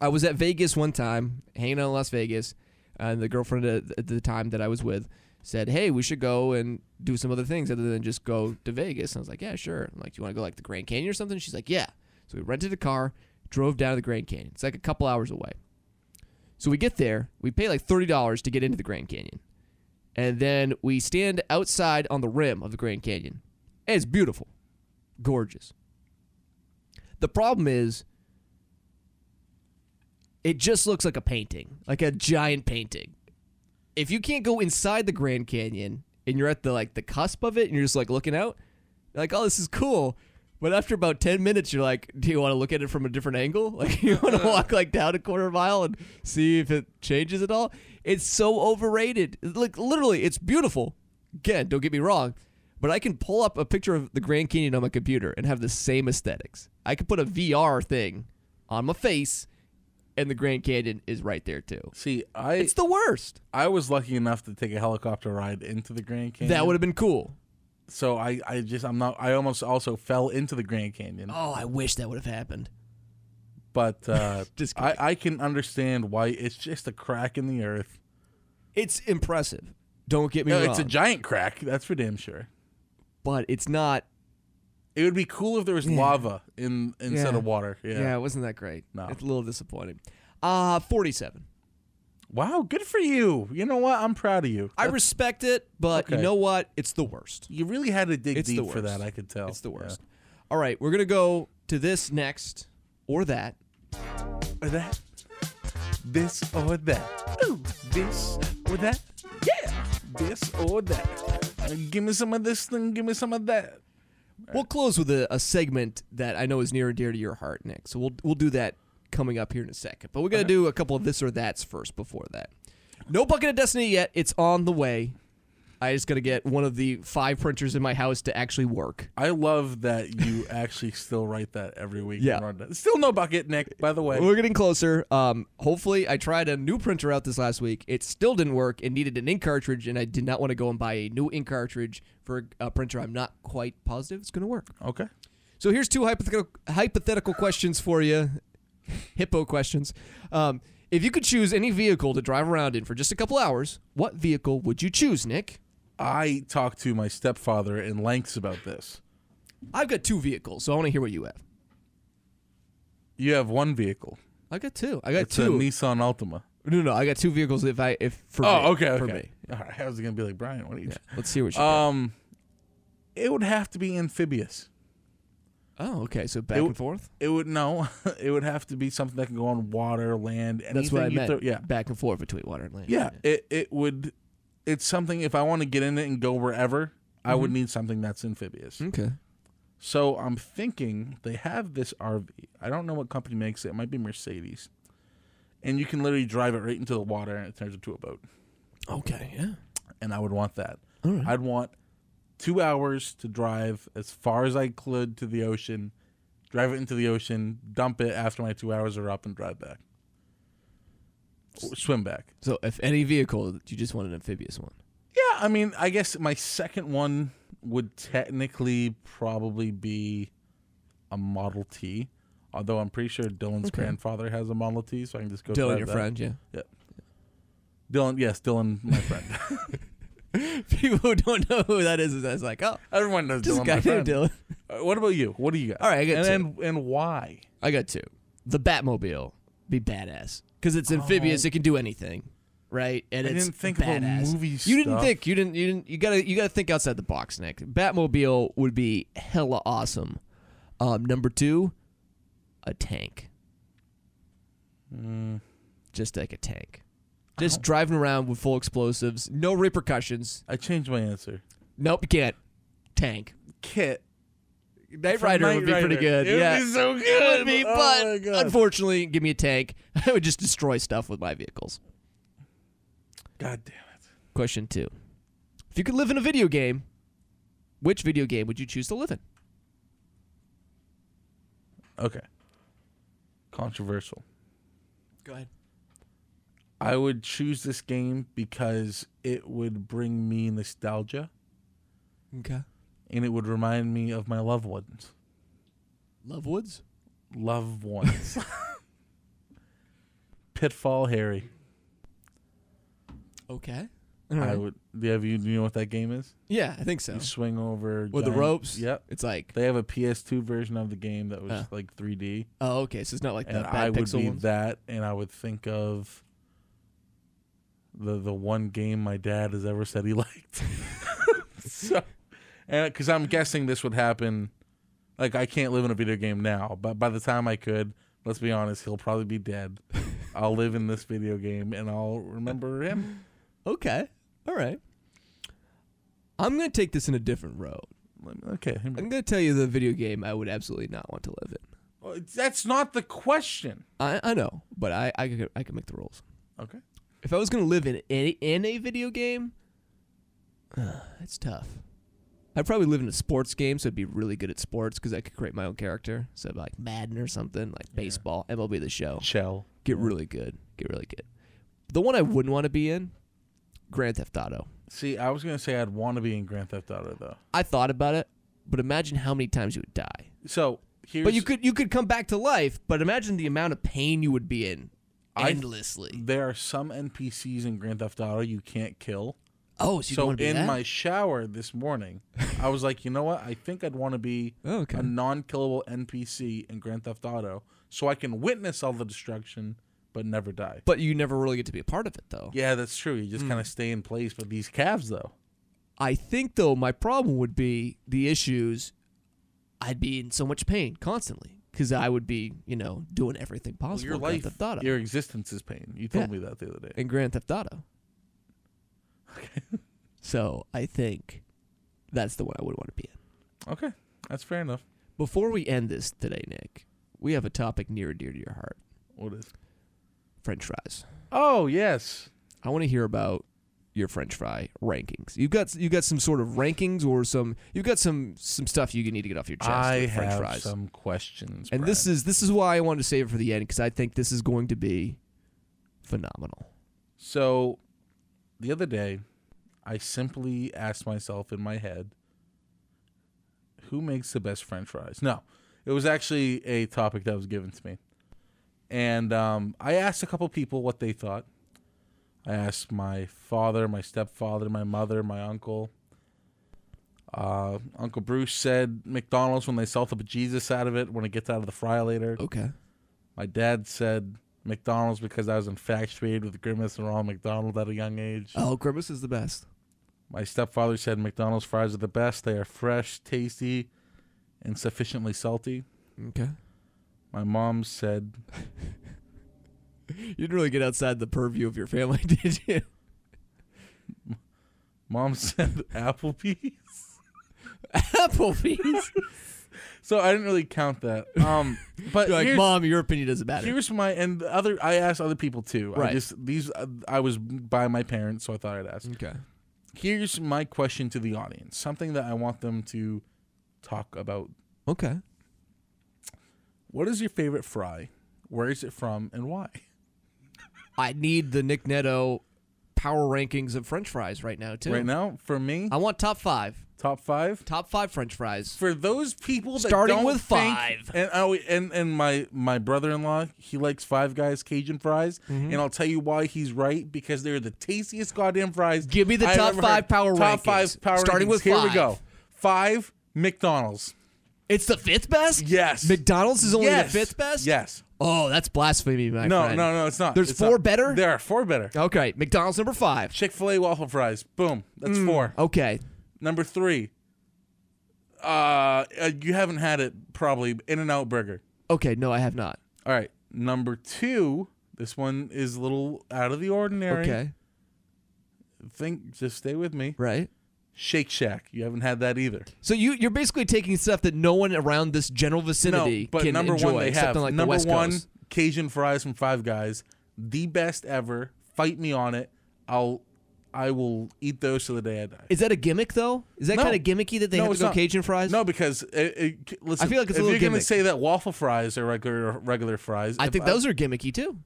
A: I was at Vegas one time, hanging out in Las Vegas, and the girlfriend at at the time that I was with said, "Hey, we should go and do some other things other than just go to Vegas." And I was like, "Yeah, sure." I'm like, "Do you want to go like the Grand Canyon or something?" She's like, "Yeah." So we rented a car, drove down to the Grand Canyon. It's like a couple hours away. So we get there, we pay like thirty dollars to get into the Grand Canyon, and then we stand outside on the rim of the Grand Canyon. And it's beautiful, gorgeous. The problem is it just looks like a painting, like a giant painting. If you can't go inside the Grand Canyon and you're at the like the cusp of it and you're just like looking out, you're like, oh, this is cool. But after about ten minutes, you're like, do you want to look at it from a different angle? Like you want to walk like down a quarter mile and see if it changes at all? It's so overrated. Like literally, it's beautiful. Again, don't get me wrong, but I can pull up a picture of the Grand Canyon on my computer and have the same aesthetics. I could put a VR thing on my face and the Grand Canyon is right there too.
B: See, I
A: It's the worst.
B: I was lucky enough to take a helicopter ride into the Grand Canyon.
A: That would have been cool.
B: so I I just I'm not I almost also fell into the Grand Canyon.
A: Oh, I wish that would have happened.
B: But uh,
A: Just
B: I I can understand why it's just a crack in the earth.
A: It's impressive. Don't get me
B: No,
A: wrong.
B: it's a giant crack. That's for damn sure.
A: but it's not.
B: It would be cool if there was lava in instead
A: Yeah.
B: of water.
A: Yeah. it wasn't that great.
B: No.
A: It's a little disappointing. Uh, 47.
B: Wow, good for you. You know what? I'm proud of you.
A: I respect it, but you
B: Okay.
A: know what? It's the worst.
B: you really had to dig
A: It's the
B: deep for
A: worst.
B: that, I could tell.
A: It's the
B: Yeah.
A: worst. All right, we're going to go to this next or that.
B: Or that. This or that. Ooh, this or that. Yeah. This or that. Uh, give me some of this thing, give me some of that.
A: We'll close with a, a segment that I know is near and dear to your heart, Nick. So we'll we'll do that coming up here in a second. But we're gonna do a couple of this or that's first before that. No bucket of destiny yet. It's on the way. I just gotta get one of the five printers in my house to actually work.
B: I love that you actually still write that every week.
A: Yeah.
B: and run that. Still no bucket, Nick, by the way.
A: We're getting closer. Um, hopefully, I tried a new printer out this last week. It still didn't work. It needed an ink cartridge, and I did not want to go and buy a new ink cartridge for a printer. I'm not quite positive it's gonna work.
B: Okay.
A: So here's two hypothetical hypothetical questions for you, hippo questions. Um, if you could choose any vehicle to drive around in for just a couple hours, what vehicle would you choose, Nick?
B: I talked to my stepfather in lengths about this.
A: I've got two vehicles, so I want to hear what you have.
B: You have one vehicle.
A: I got two. I got
B: It's
A: two.
B: a Nissan Altima.
A: no, no, I got two vehicles. If I if for me,
B: Oh, okay, okay.
A: for me.
B: All right, I was gonna be like Brian. What are you?
A: Let's see what you. got.
B: Um, it would have to be amphibious.
A: Oh, okay. So back
B: it-
A: and forth.
B: It would no. It would have to be something that can go on water, land, anything.
A: That's what I
B: you
A: meant.
B: throw- yeah,
A: back and forth between water and land.
B: yeah. It it would. It's something. If I want to get in it and go wherever, I
A: Mm-hmm.
B: would need something that's amphibious.
A: Okay.
B: So I'm thinking they have this RV. I don't know what company makes it. It might be Mercedes, and you can literally drive it right into the water and it turns into a boat.
A: Okay. Yeah.
B: And I would want that.
A: All right.
B: I'd want two hours to drive as far as I could to the ocean, drive it into the ocean, dump it after my two hours are up, and drive back. Or swim back.
A: So if any vehicle, you just want an amphibious one.
B: Yeah, I mean, I guess my second one would technically probably be a Model T, although I'm pretty sure Dylan's
A: Okay.
B: grandfather has a Model T, so I can just go.
A: Dylan,
B: drive
A: your
B: that.
A: friend. Yeah.
B: Dylan, yes, Dylan, my friend.
A: People who don't know who that is is that's like, oh,
B: Everyone knows
A: just a
B: Dylan.
A: guy
B: My
A: named
B: friend.
A: Dylan.
B: Uh, What about you? What do you got?
A: All right, I got two.
B: and, and and why?
A: I got two. The Batmobile be badass because it's amphibious. It can do anything, right? And
B: Oh. I
A: it's
B: didn't think about
A: badass.
B: movie
A: you didn't
B: stuff.
A: think. You didn't. You didn't. You gotta. You gotta think outside the box, Nick. Batmobile would be hella awesome. Um, number two, a tank.
B: Mm,
A: Just like a tank.
B: Oh.
A: Just driving around with full explosives, no repercussions.
B: I changed my answer.
A: Nope, you can't. Tank.
B: Kit.
A: Knight
B: from
A: Rider
B: Knight
A: would be
B: Rider.
A: pretty good.
B: It would
A: yeah.
B: be so
A: It
B: good.
A: would be,
B: Oh
A: but
B: my God.
A: unfortunately, give me a tank. I would just destroy stuff with my vehicles.
B: God damn it.
A: Question two: If you could live in a video game, which video game would you choose to live in?
B: Okay. Controversial.
A: Go ahead.
B: I would choose this game because it would bring me nostalgia
A: Okay.
B: and it would remind me of my loved ones.
A: Love Woods.
B: Loved ones. Pitfall Harry.
A: Okay.
B: I
A: Hmm.
B: would. Yeah, have you, do you know what that game is?
A: Yeah, I think so.
B: You swing over
A: With the
B: giant-
A: ropes.
B: Yep.
A: It's like
B: They have a PS2 version of the game that was
A: Oh.
B: like 3D,
A: oh, okay. So it's not like the
B: and
A: bad
B: I would
A: pixel
B: be
A: ones.
B: that, and I would think of the the one game my dad has ever said he liked. so, and because I'm guessing this would happen, like I can't live in a video game now, but by the time I could, let's be honest, he'll probably be dead. I'll live in this video game, and I'll remember him.
A: Okay. All right. I'm gonna take this in a different road.
B: Let me- Okay, here we
A: I'm gonna tell you the video game I would absolutely not want to live in.
B: go. Oh, that's not the question.
A: I, I know, but I I could, I can make the rules.
B: Okay,
A: If I was gonna live in any in a video game, uh, it's tough. I'd probably live in a sports game, so I'd be really good at sports because I could create my own character. So I'd be like Madden or something, like baseball, MLB the Show.
B: Shell.
A: Get really good. Get really good. The one I wouldn't want to be in, Grand Theft Auto.
B: See, I was gonna say I'd want to be in Grand Theft Auto though.
A: I thought about it, but imagine how many times you would die.
B: So here's
A: But you could you could come back to life, but imagine the amount of pain you would be in
B: I-
A: endlessly.
B: there are some NPCs in Grand Theft Auto you can't kill.
A: oh, so you
B: so
A: want to be
B: in
A: that?
B: my shower this morning, I was like, you know what? I think I'd want to be
A: Oh, okay.
B: a non-killable NPC in Grand Theft Auto, so I can witness all the destruction but never die.
A: but you never really get to be a part of it though.
B: Yeah, that's true. You just kind of stay in place. But these calves, though,
A: I think though my problem would be the issues. I'd be in so much pain constantly because I would be, you know, doing everything possible.
B: your
A: in Grand
B: life,
A: Theft Auto.
B: your existence is pain. You told
A: Yeah.
B: me that the other day.
A: in Grand Theft Auto. so I think that's the one I would want to be in.
B: Okay, that's fair enough.
A: Before we end this today, Nick, we have a topic near and dear to your heart:
B: What is?
A: French fries.
B: Oh yes,
A: I want to hear about your French fry rankings. You got you got some sort of rankings or some you got some some stuff you need to get off your chest.
B: I
A: with French
B: have
A: fries.
B: some questions.
A: and this
B: Brad.
A: is this is why I wanted to save it for the end because I think this is going to be phenomenal.
B: so the other day, I simply asked myself in my head, who makes the best French fries? No, it was actually a topic that was given to me, and um, I asked a couple people what they thought. I asked my father, my stepfather, my mother, my uncle. Uh, uncle Bruce said McDonald's when they sell the bejesus out of it when it gets out of the fry later.
A: Okay.
B: My dad said McDonald's because I was infatuated with Grimace and Ronald McDonald at a young age.
A: Oh, Grimace is the best.
B: My stepfather said McDonald's fries are the best. They are fresh, tasty, and sufficiently salty.
A: Okay.
B: My mom said,
A: You didn't really get outside the purview of your family, did you?
B: Mom said Applebee's.
A: Applebee's.
B: So I didn't really count that. Um, but
A: You're like,
B: here's,
A: mom, your opinion doesn't matter.
B: here's my and the other. I asked other people too. I
A: Right.
B: just these uh, I was by my parents, so I thought I'd ask.
A: Okay.
B: Here's my question to the audience. Something that I want them to talk about
A: Okay.
B: What is your favorite fry? Where is it from and why?
A: I need the Nick Netto power rankings of French fries right now too.
B: Right now, for me,
A: I want top five.
B: top five.
A: Top five French fries.
B: For those people that
A: Starting
B: don't
A: with
B: think-
A: five.
B: and I, always- and and my my brother in law, he likes Five Guys Cajun fries,
A: Mm-hmm.
B: and I'll tell you why he's right because they're the tastiest goddamn fries.
A: Give me the
B: I've
A: top
B: ever
A: five
B: heard.
A: power
B: top
A: rankings.
B: five power
A: Starting
B: rankings.
A: with
B: here
A: five.
B: we go. Five McDonald's.
A: It's the fifth best.
B: Yes.
A: McDonald's is only
B: Yes.
A: the fifth best.
B: Yes.
A: Oh, that's blasphemy, my
B: No,
A: friend.
B: no, no, it's not.
A: There's
B: It's
A: four
B: not.
A: better?
B: There are four better.
A: no. Okay, McDonald's number five.
B: Chick Fil A waffle fries. Boom.
A: Mm.
B: That's four.
A: Okay.
B: Number three, uh, uh, you haven't had it probably In and Out Burger.
A: Okay. No, I have not.
B: All right. Number two, this one is a little out of the ordinary.
A: Okay.
B: Think, just stay with me.
A: Right.
B: Shake Shack. You haven't had that either.
A: So you you're basically taking stuff that no one around this general vicinity
B: no, but
A: can
B: number
A: enjoy,
B: one they
A: except
B: have.
A: on like the
B: number
A: West
B: one,
A: Coast.
B: Cajun fries from Five Guys, the best ever. Fight me on it. I'll, I will eat those till the day I die.
A: Is that a gimmick though? Is that
B: No.
A: kind of gimmicky that they
B: No,
A: have to
B: it's
A: go
B: not.
A: Cajun fries?
B: No, because it, it, listen,
A: I feel like it's a
B: if
A: little
B: you're gonna
A: gimmick.
B: say that waffle fries are regular regular fries,
A: I
B: if
A: think those are gimmicky too.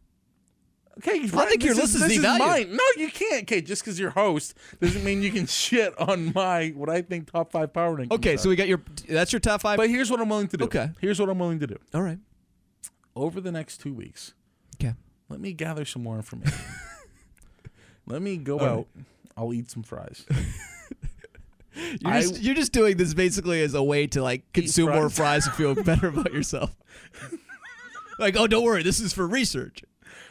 B: Okay, Brian,
A: think
B: this
A: your list
B: is,
A: is
B: this
A: devalued.
B: mine. No, you can't. Okay, just because you're host doesn't mean you can shit on my what I think top five power rankings.
A: Okay,
B: are.
A: so we got your that's your top five.
B: but here's what I'm willing to do.
A: Okay.
B: here's what I'm willing to do.
A: All right.
B: Over the next two weeks,
A: Okay.
B: let me gather some more information. let me go
A: All
B: out. I'll eat some fries.
A: You're
B: I-
A: just, you're just doing this basically as a way to like consume more fries and feel better about yourself. like, oh, don't worry, this is for research.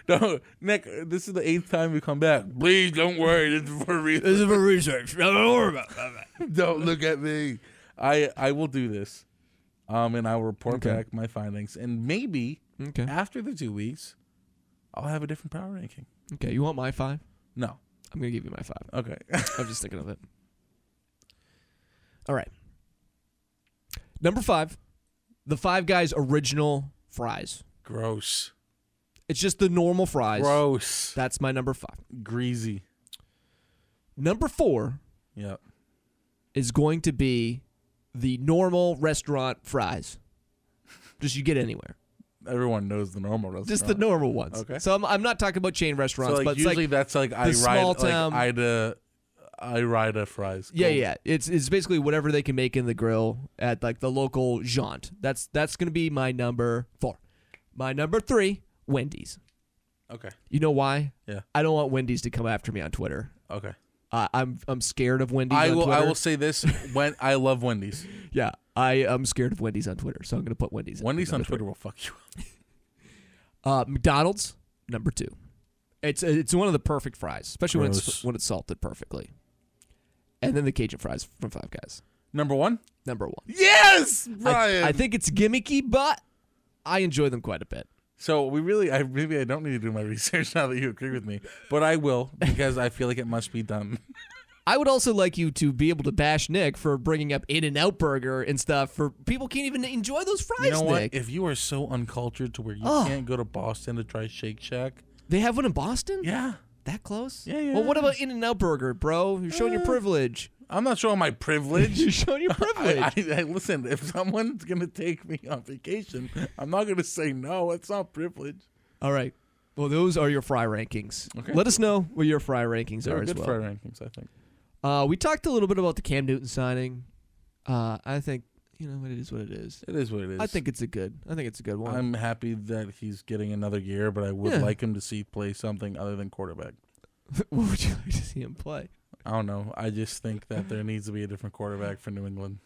B: no, Nick, this is the eighth time we come back. Please don't worry. This is for a reason.
A: This is for research. Don't worry about it.
B: Don't look at me. I I will do this, um, and I will report back my findings, and maybe
A: Okay.
B: after the two weeks, I'll have a different power ranking.
A: Okay, you want my five?
B: No,
A: I'm gonna give you my five.
B: okay.
A: I'm just thinking of it. All right. Number five, the Five Guys original fries.
B: Gross.
A: It's just the normal fries.
B: Gross.
A: That's my number five.
B: Greasy.
A: Number four
B: Yep.
A: is going to be the normal restaurant fries. Just you get anywhere.
B: Everyone knows the normal restaurant.
A: Just the normal ones.
B: Okay.
A: So I'm, I'm not talking about chain
B: So
A: restaurants,
B: like
A: but it's
B: usually
A: like
B: that's like I ride
A: small
B: like
A: town-
B: Ida, Irida fries.
A: yeah,
B: Cool.
A: yeah. It's it's basically whatever they can make in the grill at like the local jaunt. That's that's gonna be my number four. My number three, Wendy's.
B: Okay.
A: You know why?
B: Yeah.
A: I don't want Wendy's to come after me on Twitter.
B: Okay.
A: Uh, I'm I'm scared of Wendy's.
B: I
A: on
B: will. I
A: Twitter.
B: will say this. When I love Wendy's.
A: Yeah, I am scared of Wendy's on Twitter, so I'm gonna put Wendy's. at
B: Wendy's on
A: number three.
B: Twitter will fuck you. up.
A: Uh, McDonald's number two. It's it's one of the perfect fries, especially when it's
B: Gross.
A: when it's salted perfectly. And then the Cajun fries from Five Guys,
B: Number one.
A: number one.
B: Yes,
A: I-
B: Brian.
A: I, think it's gimmicky, but I enjoy them quite a bit.
B: So we really, I maybe I don't need to do my research now that you agree with me, but I will because I feel like it must be done.
A: I would also like you to be able to bash Nick for bringing up In and Out Burger and stuff. For people can't even enjoy those fries.
B: You know what?
A: Nick.
B: If you are so uncultured to where you
A: Ugh.
B: can't go to Boston to try Shake Shack,
A: they have one in Boston.
B: yeah,
A: That close?
B: Yeah, Uh, yeah.
A: Well, what about In and Out Burger, bro? You're showing your privilege.
B: I'm not showing my privilege.
A: You're showing your privilege.
B: I, I, I, listen, if someone's gonna take me on vacation, I'm not gonna say no. It's not privilege.
A: All right. Well, those are your fry rankings. Let us know what your fry rankings are as well.
B: rankings, I think.
A: Uh, we talked a little bit about the Cam Newton signing. Uh, I think you know it is what it is.
B: It is what it is.
A: I think it's a good. I think it's a good one.
B: I'm happy that he's getting another year, but I would
A: Yeah.
B: like him to see play something other than quarterback.
A: what would you like to see him play?
B: I don't know. I just think that there needs to be a different quarterback for New England.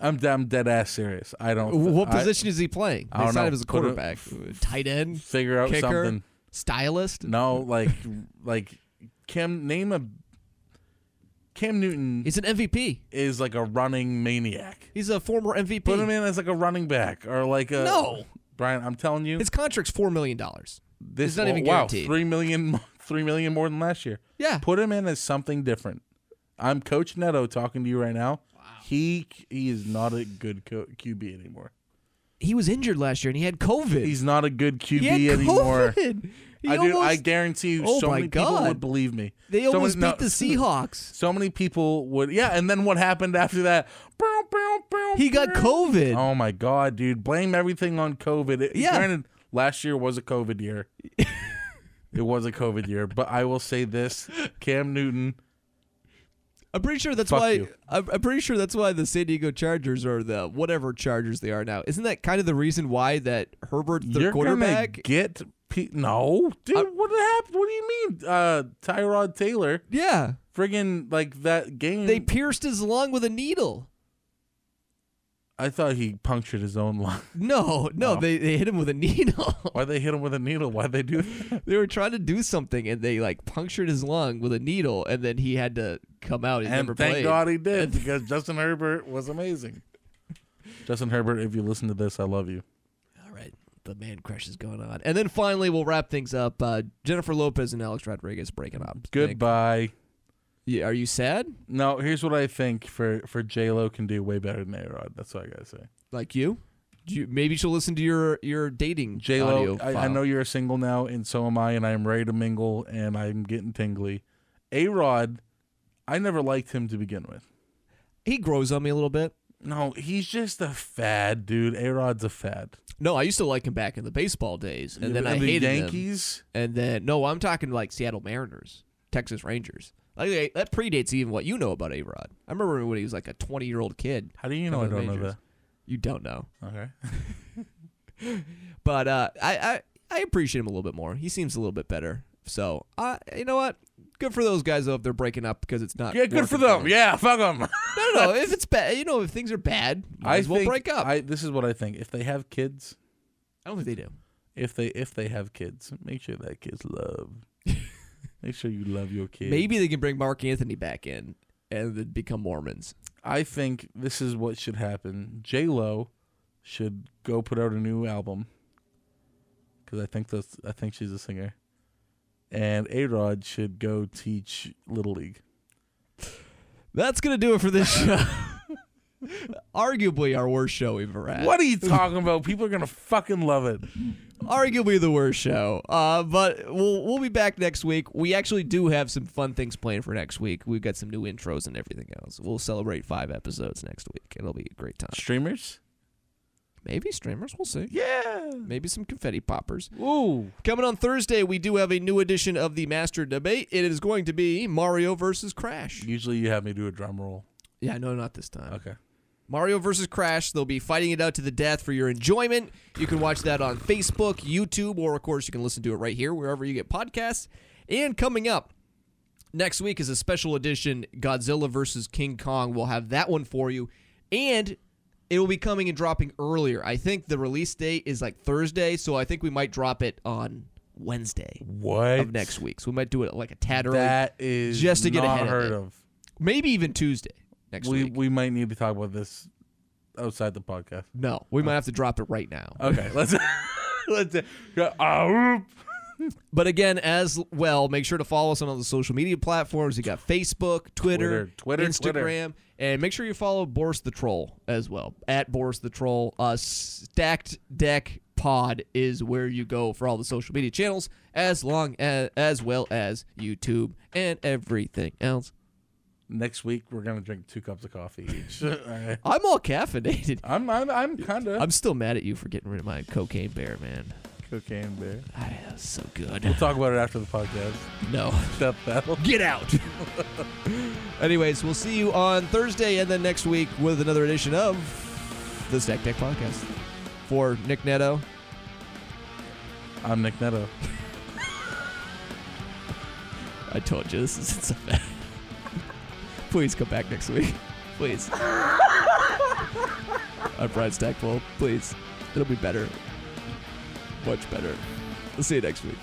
B: I'm I'm dead ass serious. I don't.
A: What
B: I-
A: position is he playing?
B: I don't
A: Outside
B: know.
A: of his
B: Put a-
A: quarterback, tight end,
B: figure out
A: Kicker?
B: something.
A: stylist.
B: No, like like Cam name a Cam Newton
A: He's an MVP.
B: is like a running maniac.
A: He's a former MVP.
B: Put him in as like a running back or like a
A: No.
B: Brian. I'm telling you,
A: His contract's four million dollars.
B: this
A: it's not
B: oh,
A: even
B: wow
A: guaranteed.
B: three million mo- three million more than last year.
A: Yeah.
B: Put him in as something different. I'm Coach Neto talking to you right now. He he is not a good co- QB anymore.
A: He was injured last year and he had COVID.
B: He's not a good QB
A: he had
B: anymore.
A: COVID. He
B: I do. I
A: almost-
B: guarantee you,
A: Oh
B: so
A: my
B: many people
A: God.
B: would believe me.
A: they
B: So many-
A: almost
B: no,
A: beat the Seahawks.
B: So many people would, yeah. And then what happened after that? Bow, bow, bow,
A: He got
B: bow.
A: COVID.
B: Oh my god, dude! Blame everything on COVID. It-
A: Yeah.
B: Granted, last year was a COVID year. it was a COVID year, but I will say this: Cam Newton.
A: I'm pretty sure that's
B: Fuck
A: why.
B: you.
A: I'm, I'm pretty sure that's why the San Diego Chargers are the whatever Chargers they are now. Isn't that kind of the reason why that Herbert, their
B: you're
A: quarterback, Uh,
B: gonna get pe- no, dude. what happened? What do you mean, uh, Tyrod Taylor?
A: yeah,
B: Friggin' like that game.
A: they pierced his lung with a needle.
B: I thought he punctured his own lung.
A: No, no,
B: Oh.
A: they they hit him with a needle.
B: Why they hit him with a needle? Why they do that?
A: they were trying to do something and they like punctured his lung with a needle, and then he had to come out. He
B: And
A: never
B: thank
A: played.
B: God he did because Justin Herbert was amazing. Justin Herbert, if you listen to this, I love you.
A: All right. The man crush is going on. And then finally, we'll wrap things up. Uh, Jennifer Lopez and Alex Rodriguez breaking up. Nick,
B: Goodbye.
A: yeah, are you sad?
B: No, here's what I think for for J Lo can do way better than A Rod. That's what I gotta say.
A: Like you? Do you maybe she'll listen to your, your dating
B: J
A: audio
B: Lo, I, I
A: file.
B: know you're single now, and so am I, and I am ready to mingle, and I'm getting tingly. A Rod, I never liked him to begin with.
A: He grows on me a little bit.
B: No, he's just a fad, dude. A Rod's a fad.
A: No, I used to like him back in the baseball days, and then I
B: the
A: hated him.
B: Yankees.
A: And then no, I'm talking like Seattle Mariners, Texas Rangers. Like they- that predates even what you know about A Rod. I remember when he was like a 20 year old kid.
B: How do you know I
A: Coming
B: don't
A: to
B: know
A: Rangers.
B: that?
A: You don't know,
B: Okay.
A: but uh, I, I I appreciate him a little bit more. He seems a little bit better. So uh, you know what? Good for those guys though if they're breaking up because it's not.
B: Yeah, good for
A: working
B: them. Yeah, fuck them.
A: No, no, no. If it's bad, you know, if things are bad, might
B: I
A: as well
B: think
A: break up. I,
B: I, this is what I think. If they have kids,
A: don't think they do.
B: if they if they have kids, make sure that kids love. make sure you love your kids.
A: Maybe they can bring Mark Anthony back in and then become Mormons.
B: I think this is what should happen. J Lo should go put out a new album because I think that's I think she's a singer, and A Rod should go teach Little League.
A: That's gonna do it for this show. Arguably our worst show we've ever had.
B: What are you talking about? People are gonna fucking love it.
A: Arguably the worst show. Uh, but we'll we'll be back next week. We actually do have some fun things planned for next week. We've got some new intros and everything else. We'll celebrate five episodes next week. It'll be a great time.
B: Streamers,
A: Maybe streamers. We'll see.
B: yeah.
A: Maybe some confetti poppers.
B: Ooh,
A: Coming on Thursday, we do have a new edition of the Master Debate. It is going to be Mario versus Crash.
B: usually you have me do a drum roll.
A: Yeah, no, not this time.
B: Okay.
A: Mario versus Crash. They'll be fighting it out to the death for your enjoyment. You can watch that on Facebook, YouTube, or of course you can listen to it right here wherever you get podcasts. And coming up next week is a special edition Godzilla versus King Kong. We'll have that one for you, and it will be coming and dropping earlier. I think the release date is like Thursday, so I think we might drop it on Wednesday
B: What
A: of next week. So we might do it like a tad early,
B: That is
A: Just to get
B: not
A: ahead of
B: heard
A: it.
B: of.
A: maybe even Tuesday next
B: We
A: week.
B: we might need to talk about this outside the podcast.
A: no, we might have to drop it right now.
B: Okay, let's let's. Uh,
A: But again, as well, make sure to follow us on all the social media platforms. You got Facebook, Twitter,
B: Twitter, Twitter,
A: Instagram, and make sure you follow Boris the Troll as well at Boris the Troll. Uh, Stacked Deck Pod is where you go for all the social media channels, as long as as well as YouTube and everything else.
B: Next week we're gonna drink two cups of coffee each. All right.
A: I'm all caffeinated.
B: I'm I'm I'm kind of
A: I'm still mad at you for getting rid of my cocaine bear, man.
B: cocaine bear.
A: Ah, that was so
B: We'll
A: good.
B: talk about it after the podcast.
A: No.
B: Step battle.
A: Get out. Anyways, we'll see you on Thursday and then next week with another edition of the Stack Deck Podcast. For Nick Netto,
B: I'm Nick Netto.
A: I told you this isn't so bad. Please come back next week. Please. I'm Brian Stackpole. Please. It'll be better. Much better. We'll see you next week.